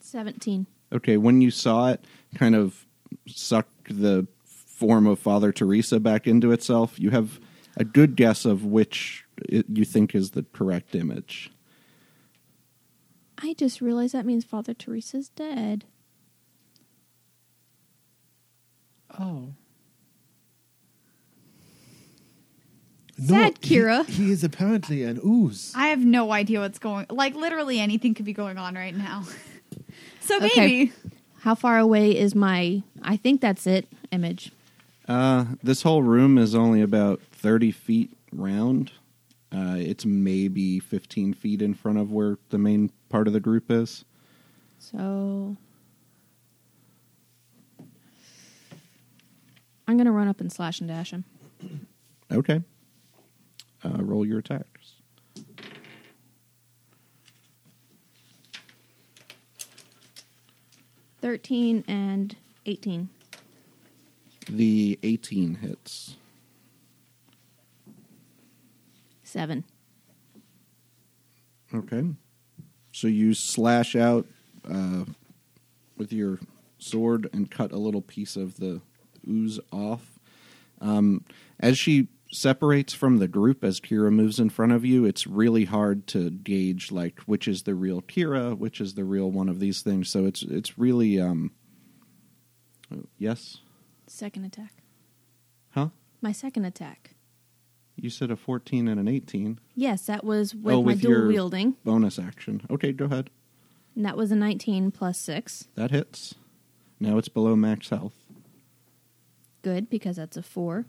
A: 17.
B: Okay, when you saw it kind of suck the form of Father Teresa back into itself, you have a good guess of which it, you think is the correct image.
A: I just realized that means Father Teresa's dead.
F: Oh.
A: Sad,
D: he-
A: Kira.
D: He, is apparently an ooze.
C: I have no idea what's going. Like literally anything could be going on right now. so
A: Okay.
C: maybe
A: How far away is my? I think that's it. Image.
B: Uh, this whole room is only about 30 feet round. Uh, it's maybe 15 feet in front of where the main part of the group is.
A: So I'm gonna run up and slash and dash him.
B: Okay. Uh, roll your attacks.
A: Thirteen and eighteen.
B: The 18 hits.
A: Seven.
B: Okay. So you slash out uh, with your sword and cut a little piece of the ooze off. Um, as she separates from the group, as Kira moves in front of you, it's really hard to gauge like which is the real Kira, which is the real one of these things. So it's it's really um, yes,
A: Second attack.
B: huh?
A: My second attack.
B: You said a fourteen and an eighteen.
A: Yes, that was with
B: Oh,
A: my
B: with
A: dual
B: your-
A: wielding.
B: Bonus action. Okay, go ahead.
A: And that was a nineteen plus six.
B: That hits. Now it's below max health.
A: Good because that's a four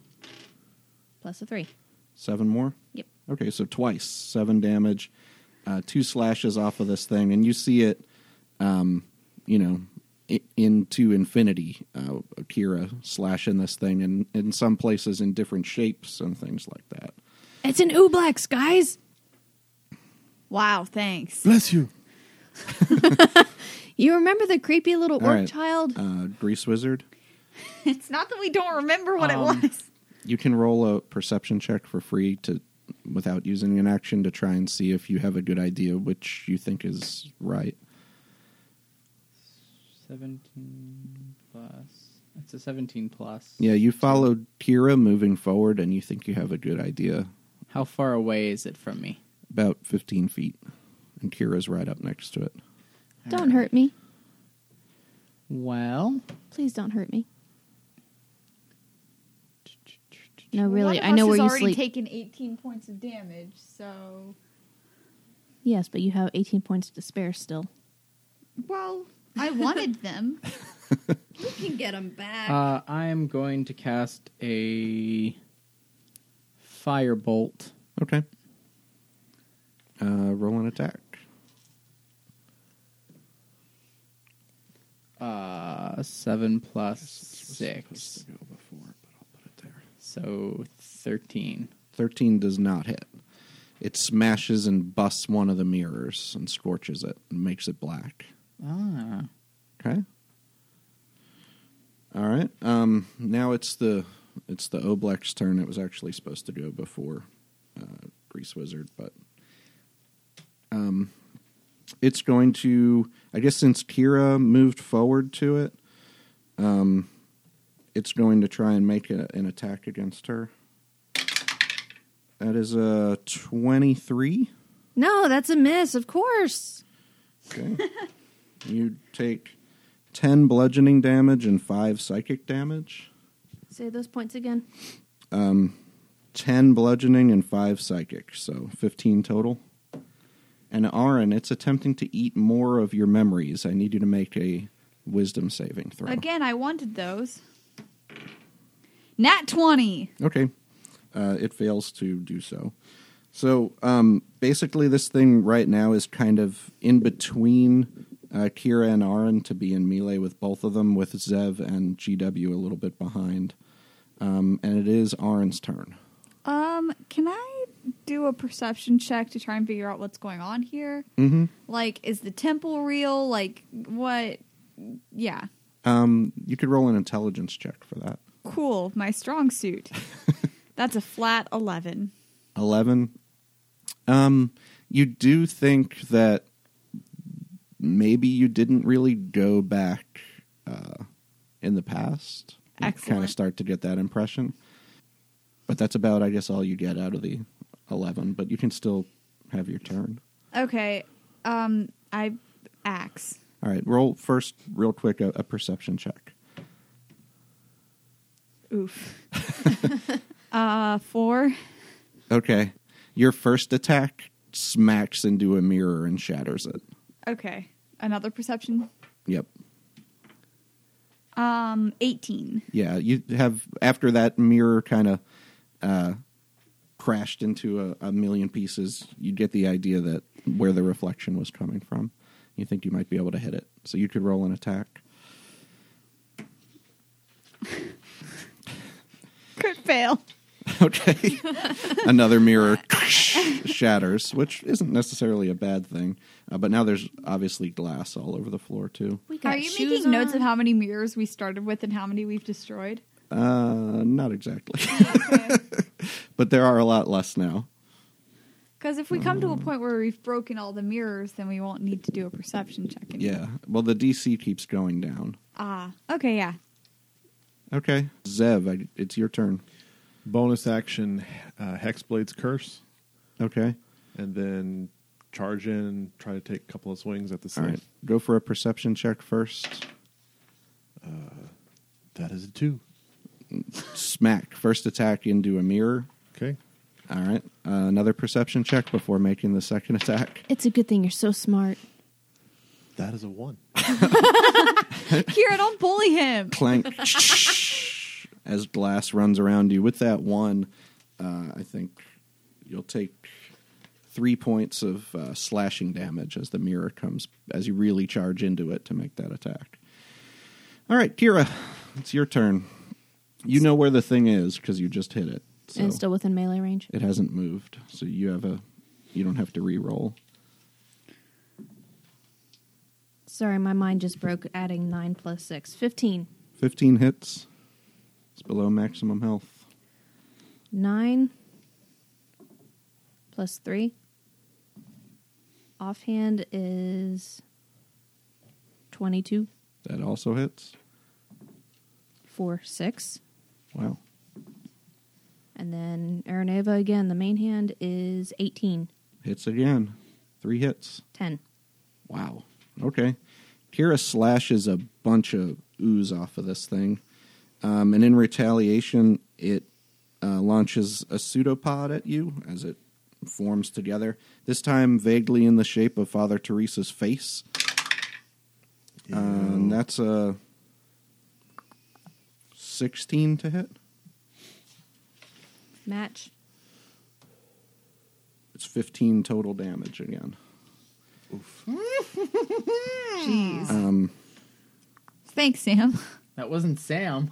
A: plus a three.
B: Seven more.
A: Yep.
B: Okay, so twice, seven damage, uh, two slashes off of this thing, and you see it, um, you know, i- into infinity. Uh, Akira slashing this thing, and in some places in different shapes and things like that.
A: It's an Ublex, guys.
C: wow. Thanks.
D: Bless you.
A: You remember the creepy little
B: All
A: orc
B: right.
A: child?
B: Uh, Grease Wizard,
C: it's not that we don't remember what
F: Um,
C: it was.
B: you can roll a perception check for free to, without using an action, to try and see if you have a good idea which you think is right.
F: 17 plus. It's a 17 plus.
B: Yeah, you followed Kira moving forward, and you think you have a good idea
F: How far away is it from me?
B: about 15 feet, and Kira's right up next to it.
A: don't hurt me.
F: Well,
A: Please don't hurt me. No, really.
C: One of
A: I
C: us
A: know
C: has
A: where you
C: already
A: sleep.
C: taken 18 points of damage, so
A: yes, but you have 18 points to spare still.
C: well, I wanted them.
A: You can get them back.
F: uh, I am going to cast a firebolt.
B: Okay. Uh, roll an attack.
F: Uh, 7 plus 6.
B: Go before, but I'll put it there.
F: So 13.
B: 13 does not hit. It smashes and busts one of the mirrors and scorches it and makes it black.
F: Ah.
B: Okay. All right. Um, now it's the it's the Oblek's turn. It was actually supposed to go before uh, Grease Wizard, but um, it's going to. I guess since Kira moved forward to it, um, it's going to try and make a, an attack against her. That is a twenty-three.
A: no, that's a miss, of course.
B: Okay. you take 10 bludgeoning damage and 5 psychic damage.
A: Say those points again.
B: 10 bludgeoning and 5 psychic, so 15 total. And Aaron, it's attempting to eat more of your memories. I need you to make a wisdom saving throw.
C: Again, I wanted those. Nat 20.
B: Okay. Uh, it fails to do so. So um, basically, this thing right now is kind of in between uh, Kira and Aaron to be in melee with both of them, with Zev and GW a little bit behind. Um, and it is Aaron's turn.
C: Um, can I do a perception check to try and figure out what's going on here?
B: Mm-hmm.
C: Like, is the temple real? Like, what? Yeah.
B: Um, you could roll an intelligence check for that.
C: Cool. My strong suit. That's a flat 11.
B: 11 um you do think that maybe you didn't really go back uh in the past kind
C: Excellent.
B: of start to get that impression but that's about i guess all you get out of the 11 but you can still have your turn
C: Okay. Um, I axe.
B: all right roll first real quick a, a perception check
A: Oof.
C: Uh, four.
B: Okay. Your first attack smacks into a mirror and shatters it.
C: Okay. Another perception.
B: Yep.
C: Um, 18.
B: Yeah, you have after that mirror kind of uh, crashed into a, a million pieces. You get the idea that where the reflection was coming from. You think you might be able to hit it, so you could roll an attack.
C: Could fail.
B: Okay, another mirror shatters, which isn't necessarily a bad thing. Uh, but now there's obviously glass all over the floor too.
A: We got
C: Are you
A: shoes
C: making notes
A: on.
C: of how many mirrors we started with and how many we've destroyed?
B: Uh, not exactly,
C: Because
B: but there are a lot less now.
C: if we come to a point where we've broken all the mirrors, then we won't need to do a perception check anymore.
B: Yeah. Well, the DC keeps going down.
C: Ah. Okay, yeah.
B: Okay, Zev, I, it's your turn.
D: Bonus action, uh, Hexblade's Curse,
B: Okay.
D: and then charge in, try to take a couple of swings at the
B: All
D: same.
B: right. Go for a perception check first.
D: That is a two.
B: Smack. First attack into a mirror.
D: Okay.
B: All right. Uh, another perception check before making the second attack.
A: It's a good thing you're so smart.
D: That is a one.
C: Kira, don't bully him.
B: Clank. as glass runs around you. With that one, uh, I think you'll take three points of uh, slashing damage as the mirror comes, as you really charge into it to make that attack. All right, Kira, it's your turn. You know where the thing is because you just hit it. So.
A: And it's still within melee range.
B: It hasn't moved, so you have a you don't have to re-roll.
A: Sorry, my mind just broke adding 9 plus 6. 15.
B: Fifteen hits. It's below maximum health.
A: 9 plus 3. Offhand is 22.
B: That also hits.
A: 4, 6.
B: Wow.
A: And then Araneva again, the main hand is 18.
B: Hits again. Three hits.
A: 10.
B: Wow. Okay. Kira slashes a bunch of ooze off of this thing. Um, and in retaliation, it uh, launches a pseudopod at you as it forms together, this time vaguely in the shape of Father Teresa's face. Um, that's a 16 to hit.
A: Match.
B: It's 15 total damage again.
C: Jeez.
B: Um,
C: Thanks, Sam.
F: That wasn't Sam.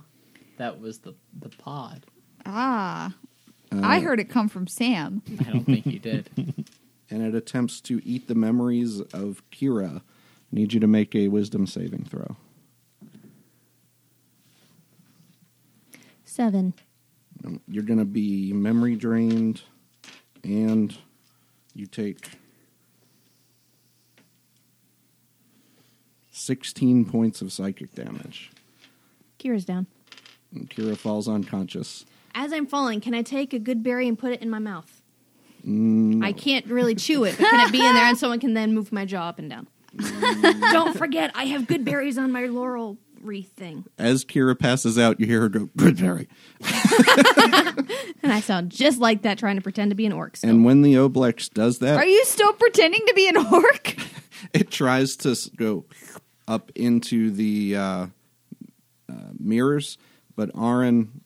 F: That was the the pod.
C: Ah.
B: Uh,
C: I heard it come from Sam.
F: I don't think he did.
B: and it attempts to eat the memories of Kira. Need you to make a wisdom saving throw.
A: 7.
B: Um, You're going to be memory drained, and you take 16 points of psychic damage.
A: Kira's down.
B: And Kira falls unconscious.
A: As I'm falling, can I take a good berry and put it in my mouth?
B: Mm.
A: I can't really chew it, but can it be in there and someone can then move my jaw up and down?
B: Mm.
A: Don't forget, I have good berries on my laurel wreath thing.
B: As Kira passes out, you hear her go, Good berry.
A: And I sound just like that trying to pretend to be an orc. still.
B: And when the Oblex does that,
C: Are you still pretending to be an orc?
B: it tries to s- go up into the uh, uh, mirrors, but Aaron,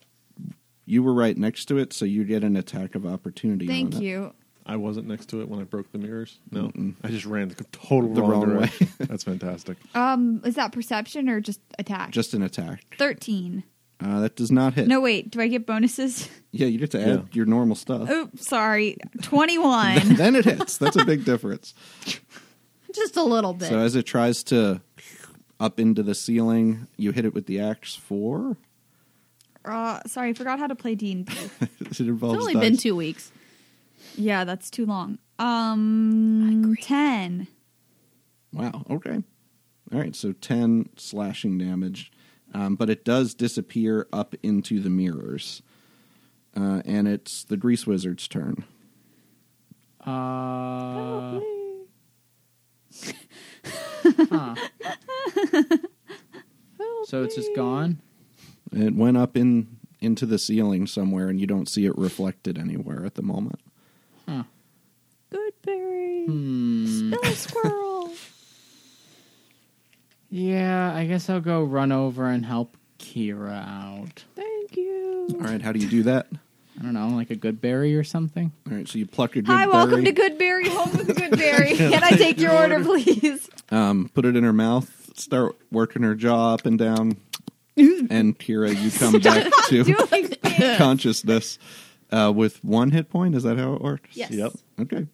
B: you were right next to it, so you get an attack of opportunity.
C: Thank
B: on it.
C: you.
D: I wasn't next to it when I broke the mirrors. No, I just ran the total
B: The
D: wrong,
B: wrong way.
D: direction. That's fantastic.
C: Um, is that perception or just attack?
B: Just an attack.
C: 13.
B: Uh, that does not hit.
C: No, wait. Do I get bonuses?
B: Yeah, you get to add
D: Yeah.
B: your normal stuff.
A: Oh,
C: Oops, sorry. 21.
B: then it hits. That's a big difference.
A: Just a little bit.
B: So as it tries to up into the ceiling, you hit it with the axe four.
C: uh, sorry, I forgot how to play D&D.
B: it involves
A: it's only
B: dice.
A: been two weeks.
C: Yeah, that's too long. Um, 10.
B: Wow. Okay. All right. So ten slashing damage, um, but it does disappear up into the mirrors, uh, and it's the grease wizard's turn.
F: Uh, huh. So it's just gone.
B: It went up in into the ceiling somewhere, and you don't see it reflected anywhere at the moment.
A: Goodberry.
F: Hmm.
A: Spill a squirrel.
F: Yeah, I guess I'll go run over and help Kira out.
A: Thank you.
B: All right, how do you do that?
F: I don't know, like a good berry or something.
B: All right, so you pluck your good
C: Hi, welcome
B: berry,
C: to Goodberry, home of the Goodberry. Can I take your order, please?
B: um, put it in her mouth, start working her jaw up and down, and Kira, you come back to
C: Doing it.
B: consciousness uh, with one hit point. Is that how it works?
A: Yes.
D: Yep.
B: Okay.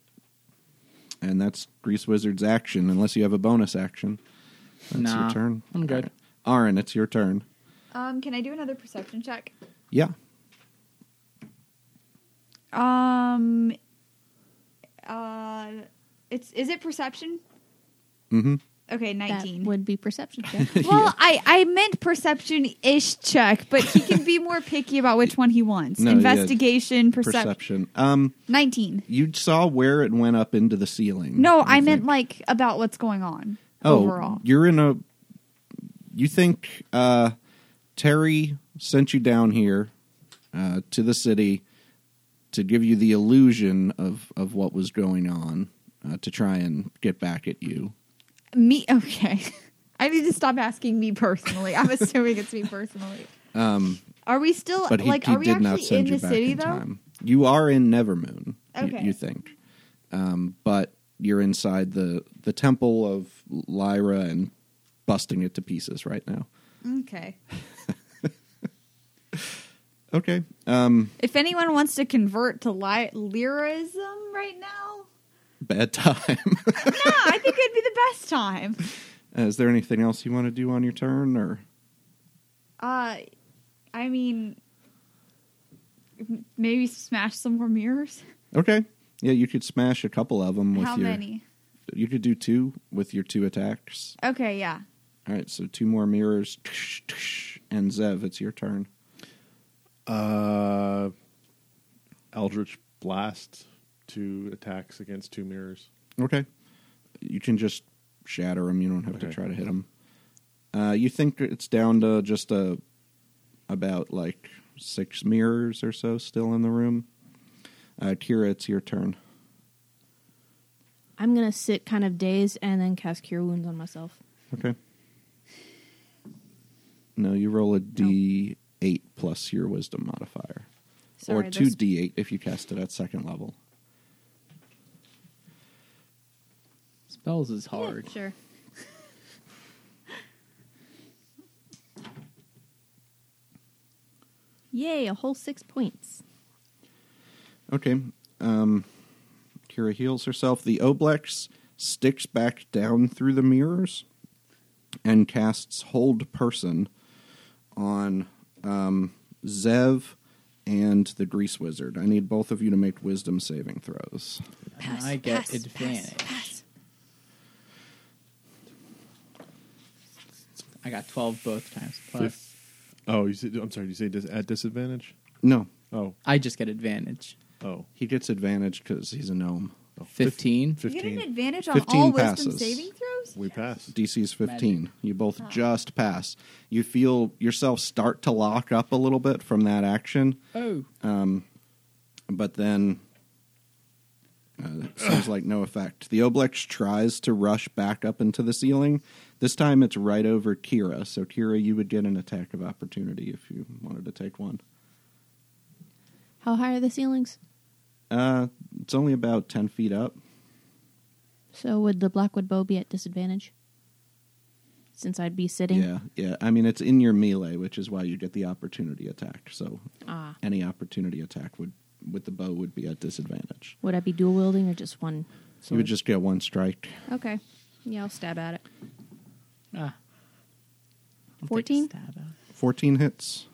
B: And that's Grease Wizard's action, unless you have a bonus action. That's
F: Nah,
B: your turn.
F: I'm good.
B: Aaron, it's your turn.
C: Um, can I do another perception check?
B: Yeah.
C: Um, uh, it's is it perception?
B: Mm-hmm.
C: Okay,
A: That
C: nineteen.
A: would be perception check.
C: well, I I meant perception ish check, but he can be more picky about which one he wants.
B: No, yeah.
C: Investigation, perception.
B: Perception. Um,
C: Nineteen.
B: you saw where it went up into the ceiling.
C: No, I, meant
B: Mm, think.
C: like about what's going on
B: oh,
C: overall.
B: You're in a. You think uh, Terry sent you down here uh, to the city to give you the illusion of, of what was going on uh, to try and get back at you.
C: Me, okay. I need to stop asking me personally. I'm assuming it's me personally.
B: Um,
C: Are we still
B: but he,
C: like?
B: he
C: are we
B: did
C: actually
B: not send
C: in
B: you
C: the
B: back
C: city
B: in
C: though?
B: time. You are in Nevermoon. y-
C: Okay.
B: You, think, um, but you're inside the the temple of Lyra and busting it to pieces right now.
C: Okay.
B: Okay. Um,
C: If anyone wants to convert to li- lyrism right now,
B: bad time.
C: no, I think it'd be the best time.
B: Is there anything else you want to do on your turn, or
C: Uh, I mean, m- maybe smash some more mirrors.
B: okay? Yeah, you could smash a couple of them with
C: How
B: your.
C: many?
B: You could do two with your two attacks.
C: Okay, yeah.
B: All right, so two more mirrors, and Zev, it's your turn.
D: Uh, Eldritch Blast, two attacks against two mirrors.
B: Okay. You can just shatter them. You don't have to
D: Okay.
B: try to hit them. Uh, you think it's down to just a about like six mirrors or so still in the room. Uh, Kira, it's your turn.
A: I'm gonna sit kind of dazed and then cast cure wounds on myself.
B: Okay. No, you
A: Oh.
B: roll a D eight plus your wisdom modifier,
A: Sorry,
B: or two
A: this-
B: D eight if you cast it at second level.
F: Spells is hard.
A: Sure. Yay, a whole six points.
B: Okay. Um, Kira heals herself. The Oblex sticks back down through the mirrors and casts Hold Person on um, Zev and the Grease Wizard. I need both of you to make wisdom saving throws.
F: And I get advantage. I got 12 both times. Plus,
D: Oh, you said, I'm sorry. You say dis- at disadvantage?
B: No,
D: Oh,
F: I just get advantage.
D: oh,
B: he gets advantage because he's a gnome.
F: 15.
C: You get an
D: fifteen.
C: advantage on
B: 15
C: all wisdom
B: passes.
C: saving throws.
D: We passed.
B: DC's 15. You both just pass. You feel yourself start to lock up a little bit from that action.
F: Oh.
B: but then uh, it seems like no effect. The Oblex tries to rush back up into the ceiling. This time it's right over Kira. So, Kira, you would get an attack of opportunity if you wanted to take one.
A: How high are the ceilings?
B: Uh, it's only about 10 feet up.
A: So would the blackwood bow be at disadvantage? Since I'd be sitting.
B: Yeah, yeah. I mean, it's in your melee, which is why you get the opportunity attack. So,
A: Ah.
B: any opportunity attack would with the bow would be at disadvantage.
A: Would I be dual wielding or just one?
B: You would
A: sword?
B: just get one strike.
A: Okay. Yeah, I'll stab at it.
F: Ah. I'll take a
A: 14?
F: stab at it.
B: 14 hits.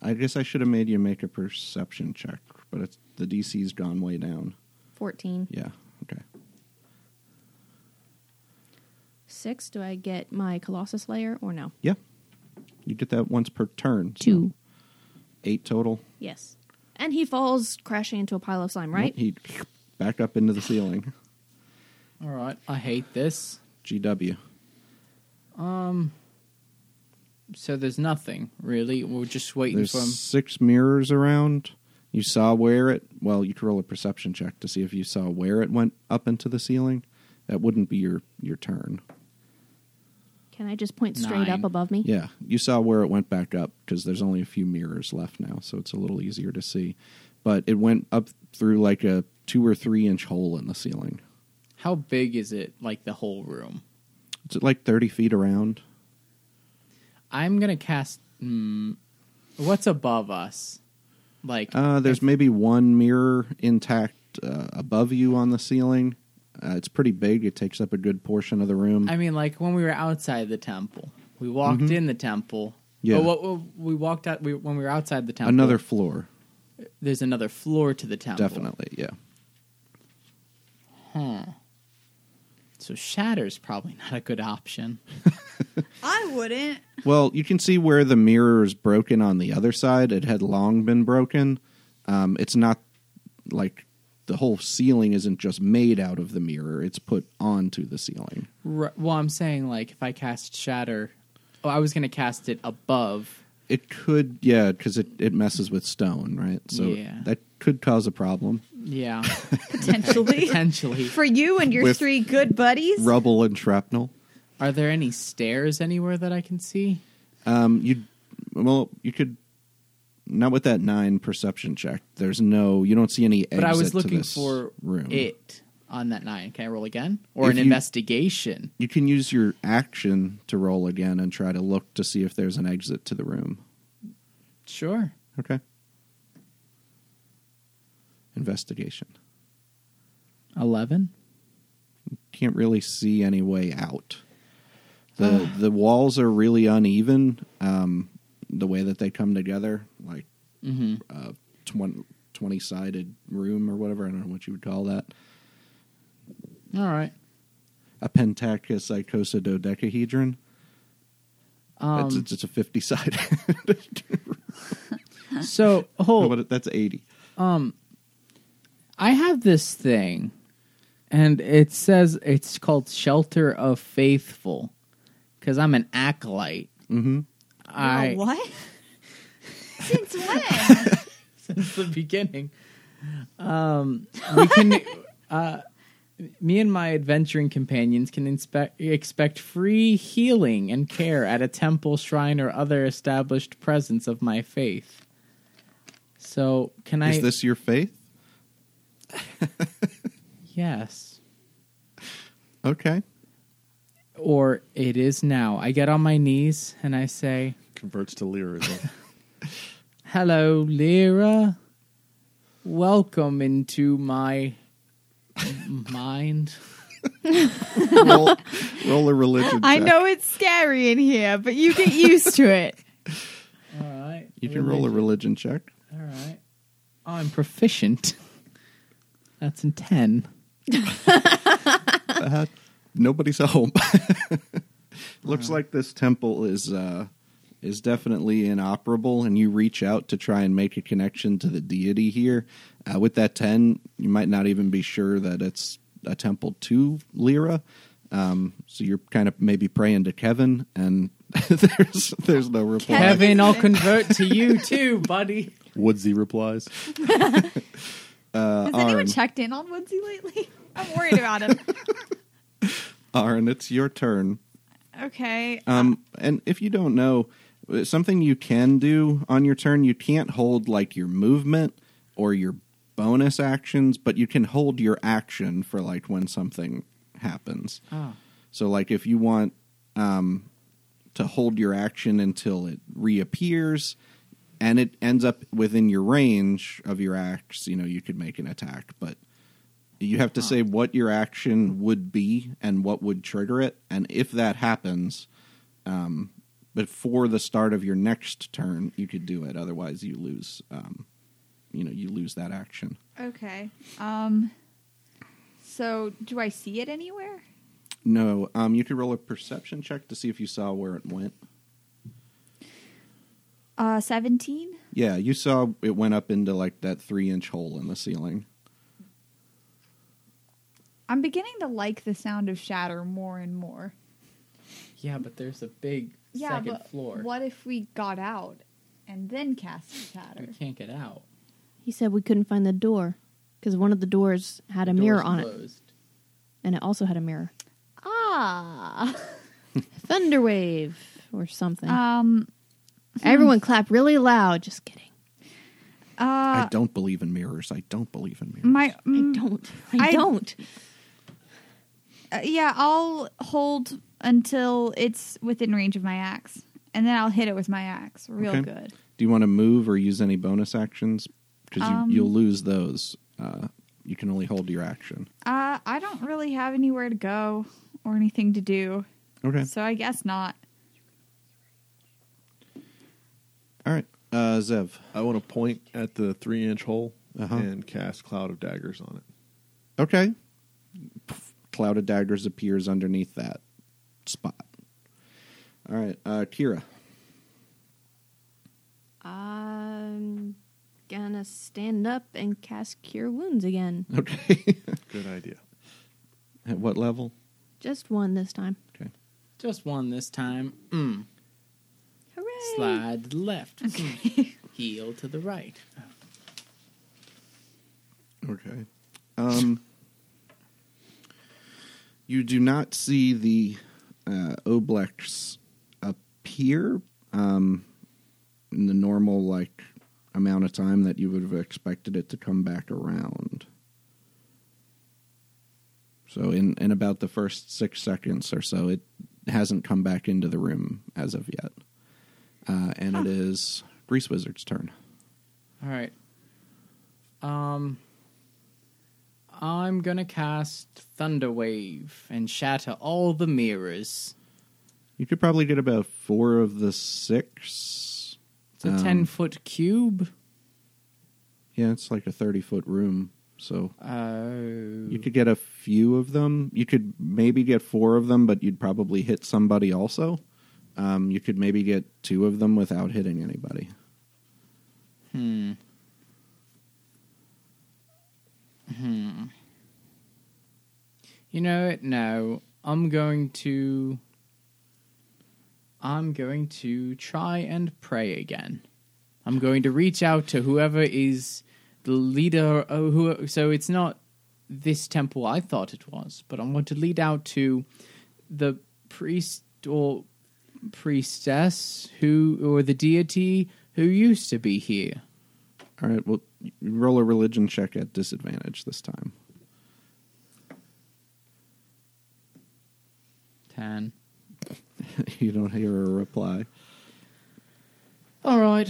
B: I guess I should have made you make a perception check, but it's the DC's gone way down.
A: 14.
B: Yeah. Okay.
A: Six. Do I get my Colossus Layer or no?
B: Yeah. You get that once per turn. so
A: Two.
B: Eight total.
A: Yes. And he falls crashing into a pile of slime, right?
B: He back up into the ceiling.
F: All right. I hate this.
B: GW.
F: Um, So there's nothing really. We're just waiting
B: There's
F: for him.
B: six mirrors around. You saw where it. Well, you could roll a perception check to see if you saw where it went up into the ceiling. That wouldn't be your your turn.
A: Can I just point straight
F: Nine.
A: up above me?
B: Yeah, you saw where it went back up because there's only a few mirrors left now, so it's a little easier to see. But it went up through like a two or three inch hole in the ceiling.
F: How big is it? Like the whole room?
B: It's like thirty feet around.
F: I'm gonna cast. Mm, what's above us? Like
B: Uh, there's maybe one mirror intact uh, above you on the ceiling. Uh, it's pretty big. It takes up a good portion of the room.
F: I mean, like when we were outside the temple, we walked in the temple.
B: Mm-hmm. Yeah.
F: But what, what- we walked out we, when we were outside the temple.
B: Another floor,
F: there's another floor to the temple.
B: definitely. Yeah.
F: So shatter's probably not a good option.
I: I wouldn't.
B: Well, you can see where the mirror is broken on the other side. It had long been broken. Um, it's not like the whole ceiling isn't just made out of the mirror, it's put onto the ceiling.
F: R- well, I'm saying like if I cast shatter, oh, I was gonna cast it above.
B: It could, yeah, because it, it messes with stone, right? So
F: Yeah.
B: that could cause a problem.
F: Yeah,
I: Potentially.
F: potentially.
I: For you and your
B: With
I: three good buddies?
B: Rubble and shrapnel.
F: Are there any stairs anywhere that I can see?
B: Um, you, well, you could. Not with that nine perception check. There's no, you don't see any exit
F: But I was
B: to
F: looking
B: this
F: for
B: room.
F: it on that nine. Can I roll again or
B: If
F: an
B: you-
F: investigation?
B: you can use your action to roll again and try to look to see if there's an exit to the room.
F: Sure.
B: Okay. Investigation.
F: Eleven.
B: Can't really see any way out. The the walls are really uneven. Um, the way that they come together, like
F: Mm-hmm.
B: a 20 sided room or whatever. I don't know what you would call that.
F: All right.
B: A pentacosicosododecahedron.
F: Um,
B: it's, it's a 50 sided.
F: so hold.
B: that's 80.
F: Um, I have this thing, and it says it's called Shelter of Faithful, because I'm an acolyte.
B: Mm-hmm.
F: I
I: Oh, what?
C: Since when?
F: since the beginning. Um, we can. uh, me and my adventuring companions can inspect, expect free healing and care at a temple, shrine, or other established presence of my faith. So, can I?
B: Is this your faith?
F: yes.
B: Okay.
F: or it is now. I get on my knees and I say,
D: Converts to lyricism.
F: "Hello, Lyra. Welcome into my mind."
B: roll, roll a religion.
C: I
B: check.
C: know it's scary in here, but you get used to it.
F: All right,
B: You can roll a religion check.
F: All right, I'm proficient. That's in ten.
B: Uh, nobody's home. Looks like this temple is uh, is definitely inoperable, and you reach out to try and make a connection to the deity here. Uh, with that ten, you might not even be sure that it's a temple to Lyra. Um, so you're kind of maybe praying to Kevin, and there's there's no reply.
I: Kevin-
F: Kevin, I'll convert to you too, buddy.
D: Woodsy replies.
B: Uh,
C: Has anyone checked in on Woodsy lately? I'm worried about him.
B: Aaron, it's your turn.
I: Okay.
B: Um, and if you don't know, something you can do on your turn, you can't hold like your movement or your bonus actions, but you can hold your action for like when something happens.
F: Oh.
B: So, like if you want um, to hold your action until it reappears and it ends up within your range of your acts, you know, you could make an attack, but you have to say what your action would be and what would trigger it. And if that happens, um, before the start of your next turn, you could do it. Otherwise, you lose. Um, you know, you lose that action.
C: Okay. Um. So, do I see it anywhere?
B: No, um, you could roll a perception check to see if you saw where it went.
C: Uh, seventeen.
B: Yeah, you saw it went up into like that three inch hole in the ceiling.
C: I'm beginning to like the sound of shatter more and more.
F: Yeah, but there's a big
C: Yeah,
F: second
C: but
F: floor.
C: what if we got out and then cast the
F: We
C: chatter?
F: can't get out.
A: He said we couldn't find the door because one of the doors had a
F: The
A: mirror
F: door's
A: on it,
F: closed.
A: and it also had a mirror.
C: Ah.
A: Thunderwave or something.
C: Um.
A: Everyone clap really loud. Just kidding.
B: I
C: Uh.
B: don't believe in mirrors. I don't believe in mirrors.
C: My. mm,
A: I don't. I,
C: I-
A: don't.
C: uh, yeah, I'll hold until it's within range of my axe, and then I'll hit it with my axe real
B: Okay.
C: good.
B: Do you want to move or use any bonus actions? Because
C: Um,
B: you, you'll lose those. Uh, you can only hold your action.
C: Uh, I don't really have anywhere to go or anything to do,
B: Okay.
C: so I guess not.
B: All right. Uh, Zev.
D: I want to point at the three inch hole
B: Uh-huh.
D: and cast Cloud of Daggers on it.
B: Okay. Pff, Cloud of daggers appears underneath that spot. All right. Uh, Kira.
A: I'm gonna stand up and cast Cure Wounds again.
B: Okay.
D: Good idea.
B: At what level?
A: Just one this time.
B: Okay.
F: Just one this time. Mm.
A: Hooray!
F: Slide to the left. Mm. Heel to the right.
B: Okay. Um, you do not see the uh, oblex appear um, in the normal like amount of time that you would have expected it to come back around. So in, in about the first six seconds or so, it hasn't come back into the room as of yet, uh, and it is Grease Wizard's turn.
F: All right. Um, I'm gonna cast Thunder Wave and shatter all the mirrors.
B: You could probably get about four of the six.
F: It's a
B: Um,
F: ten foot cube.
B: Yeah, it's like a thirty foot room, so
F: Oh,
B: you could get a few of them. You could maybe get four of them, but you'd probably hit somebody also. Um, you could maybe get two of them without hitting anybody.
F: hmm. Hmm. You know what? No, I'm going to. I'm going to try and pray again. I'm going to reach out to whoever is the leader. Oh, who? So it's not this temple I thought it was, but I want to lead out to the priest or priestess who, or the deity who used to be here.
B: All right, well, you roll a religion check at disadvantage this time.
F: Ten.
B: you don't hear a reply.
F: All right.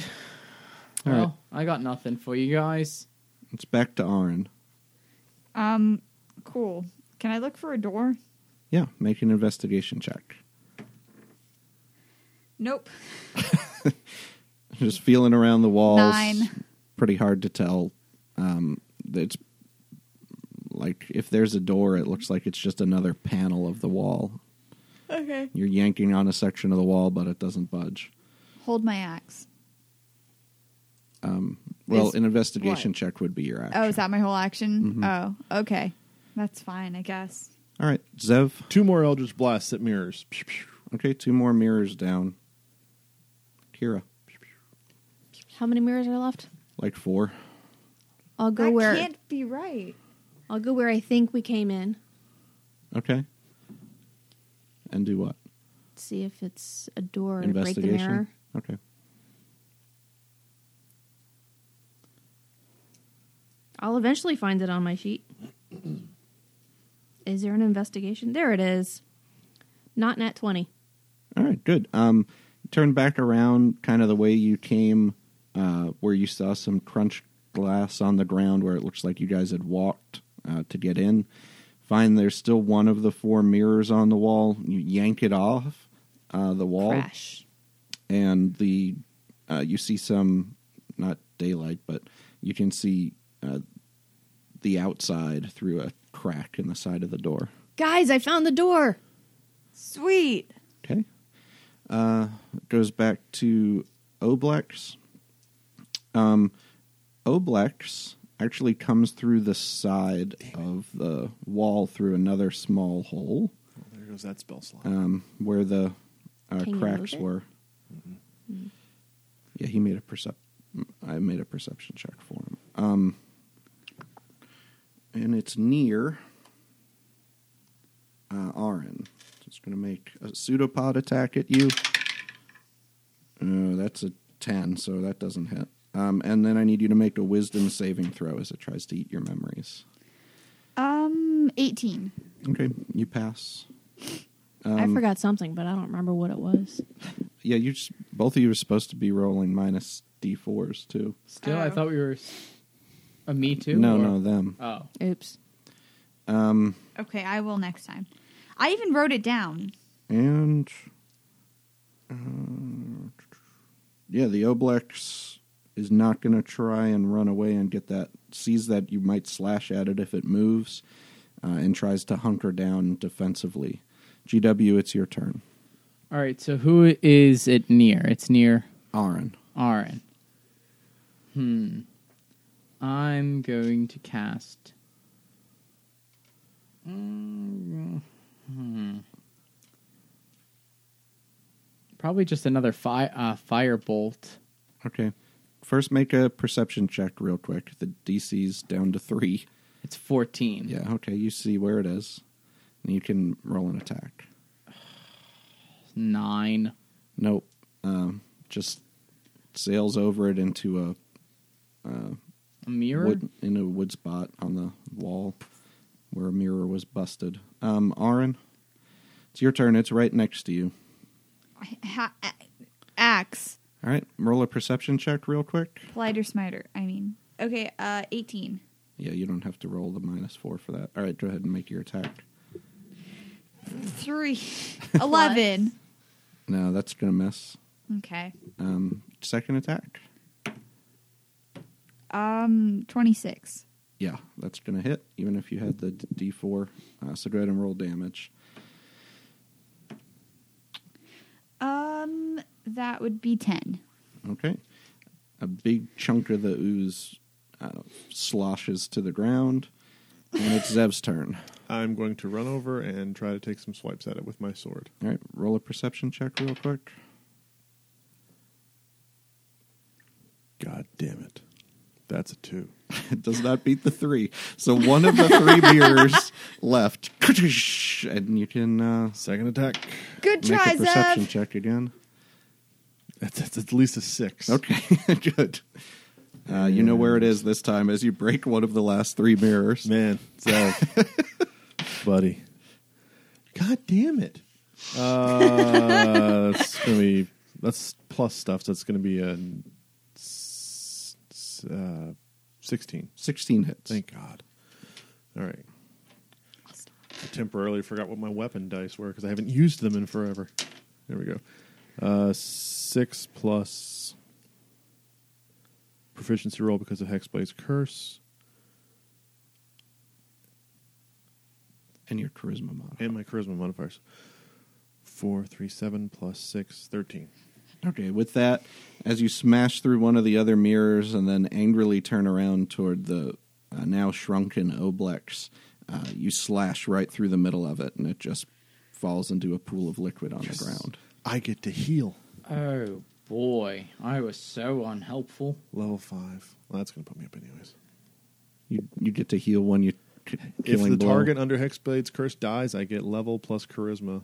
B: All
F: well,
B: right.
F: I got nothing for you guys.
B: It's back to Aaron.
C: Um, cool. Can I look for a door?
B: Yeah, make an investigation check.
C: Nope.
B: just feeling around the walls.
C: Nine.
B: Pretty hard to tell. Um, it's like if there's a door, it looks like it's just another panel of the wall.
I: Okay.
B: You're yanking on a section of the wall, but it doesn't budge.
C: Hold my axe.
B: Well,
C: Is-
B: an investigation
C: what?
B: check would be your action.
C: Oh, is that my whole action? Oh, okay. That's fine, I guess.
B: All right, Zev.
D: Two more Eldritch Blasts at mirrors. Psh, psh.
B: Okay, two more mirrors down. Kira,
A: How many mirrors are left?
B: like four.
A: I'll go
C: that
A: where
C: can't be right.
A: I'll go where I think we came in.
B: Okay. And do what?
A: See if it's a door to break the mirror.
B: Okay.
A: I'll eventually find it on my sheet. is there an investigation? There it is. Not nat twenty.
B: All right, good. Um, turn back around, kind of the way you came, uh, where you saw some crunch glass on the ground, where it looks like you guys had walked uh, to get in. Find there's still one of the four mirrors on the wall. You yank it off uh, the wall,
A: Crash.
B: and the uh, you see some not daylight, but you can see uh, the outside through a crack in the side of the door.
A: Guys, I found the door.
I: Sweet.
B: Okay. Uh, it goes back to Oblex. Um, Oblex actually comes through the side of the wall through another small hole
D: Uh-huh. There goes that spell slot.
B: um, where the uh,
A: Can you move
B: cracks
A: it? Mm-hmm.
B: were. Yeah, he made a percep. I made a perception check for him. Um, and it's near uh, Arin. So it's going to make a pseudopod attack at you. Oh, that's a ten, so that doesn't hit. Um, and then I need you to make a wisdom saving throw as it tries to eat your memories.
C: Um, 18.
B: Okay, you pass.
A: I forgot something, but I don't remember what it was.
B: Yeah, you just both of you are supposed to be rolling minus d4s too.
F: Still, I
I: Oh.
F: thought we were. s- A me too?
B: no,
F: or-
B: no, them.
F: Oh.
A: Oops.
C: Okay, I will next time. I even wrote it down.
B: And uh, yeah, the Oblex is not going to try and run away and get that sees that you might slash at it if it moves, uh, and tries to hunker down defensively. GW, it's your turn.
F: All right, so who is it near? It's near
B: Aaron,
F: Arin. Hmm. I'm going to cast. Mm, hmm. Probably just another fi- uh, firebolt.
B: okay. First, make a perception check real quick. The DC's down to three.
F: It's 14.
B: Yeah, okay. You see where it is, and you can roll an attack.
F: Nine.
B: Nope. Um, just sails over it into a
F: A mirror?
B: wood, in a wood spot on the wall where a mirror was busted. Um, Aaron, it's your turn. It's right next to you.
C: Ha- a- axe.
B: All right, roll a perception check real quick.
C: Plider smiter, I mean. Okay, uh, 18.
B: Yeah, you don't have to roll the minus four for that. All right, go ahead and make your attack.
C: Three. 11.
B: No, that's gonna miss.
C: okay.
B: Um, second attack.
C: Um, 26.
B: Yeah, that's gonna hit, even if you had the d- d4. Uh, so go ahead and roll damage.
C: Um, that would be 10.
B: Okay. A big chunk of the ooze uh, sloshes to the ground, and it's Zev's turn.
D: I'm going to run over and try to take some swipes at it with my sword.
B: All right, roll a perception check real quick.
D: God damn it. That's a two.
B: It does not beat the three. So one of the three mirrors left, and you can uh,
D: Second attack.
C: Good
B: make
C: try,
B: a perception
C: Zev.
B: check again.
D: That's, that's at least a six.
B: Okay, good. Uh, you know where it is this time as you break one of the last three mirrors.
D: Man, Zav. buddy. God damn it. Uh, that's going to be, that's plus stuff. That's going to be a s- s- uh, 16.
B: 16 hits.
D: Thank God. All right. I temporarily forgot what my weapon dice were because I haven't used them in forever. There we go. Uh, six plus proficiency roll because of Hexblade's curse
B: And your charisma modifier.
D: and my charisma modifiers. Four, three, seven plus six, thirteen.
B: Okay, with that, as you smash through one of the other mirrors and then angrily turn around toward the uh, now shrunken Oblex, uh, you slash right through the middle of it and it just falls into a pool of liquid on the ground.
D: I get to heal.
F: Oh, boy. I was so unhelpful.
D: Level five. Well, that's going to put me up anyways.
B: You, you get to heal one you c-
D: If
B: killing
D: the
B: blow.
D: target under Hexblade's curse dies, I get level plus charisma.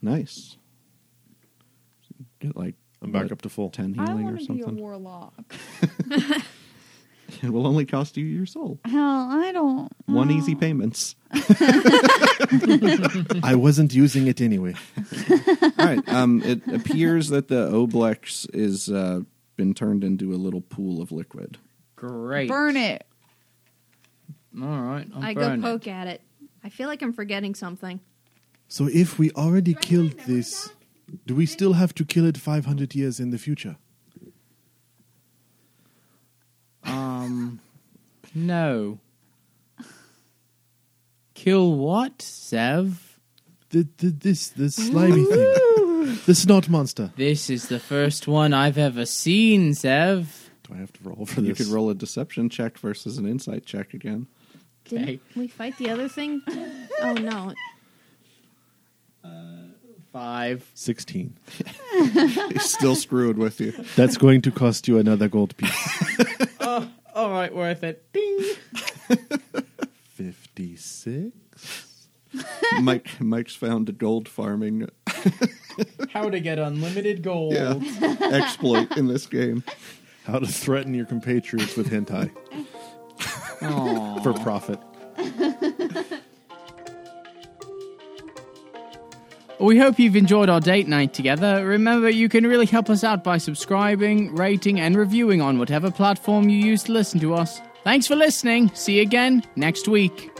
B: Nice. Get like
D: I'm back
B: what,
D: up to full.
B: 10 healing or
C: wanna
B: something.
C: warlock.
B: It will only cost you your soul.
C: Hell, I don't.
B: One easy payments.
D: I wasn't using it anyway.
B: All right. Um, it appears that the Oblex is uh, been turned into a little pool of liquid.
F: Great.
C: Burn it.
F: All right. I'll
A: I go
F: burn it.
A: poke at it. I feel like I'm forgetting something.
D: So if we already killed this, do we still have to kill it 500 years in the future?
F: Um, no. Kill what, Sev?
D: The, the, this, the slimy thing. The snot monster.
F: This is the first one I've ever seen, Sev.
D: Do I have to roll for this?
B: You could roll a deception check versus an insight check again.
A: Didn't
F: Okay.
A: we fight the other thing? oh no.
F: Uh, Five.
D: 16.
B: He's still screwing with you.
D: That's going to cost you another gold piece.
F: All right, worth it. Ding.
D: 56.
B: Mike Mike's found a gold farming
F: How to get unlimited gold.
B: yeah, exploit in this game.
D: How to threaten your compatriots with hentai
F: Aw.
D: for profit.
F: We hope you've enjoyed our date night together. Remember, you can really help us out by subscribing, rating, and reviewing on whatever platform you use to listen to us. Thanks for listening. See you again next week.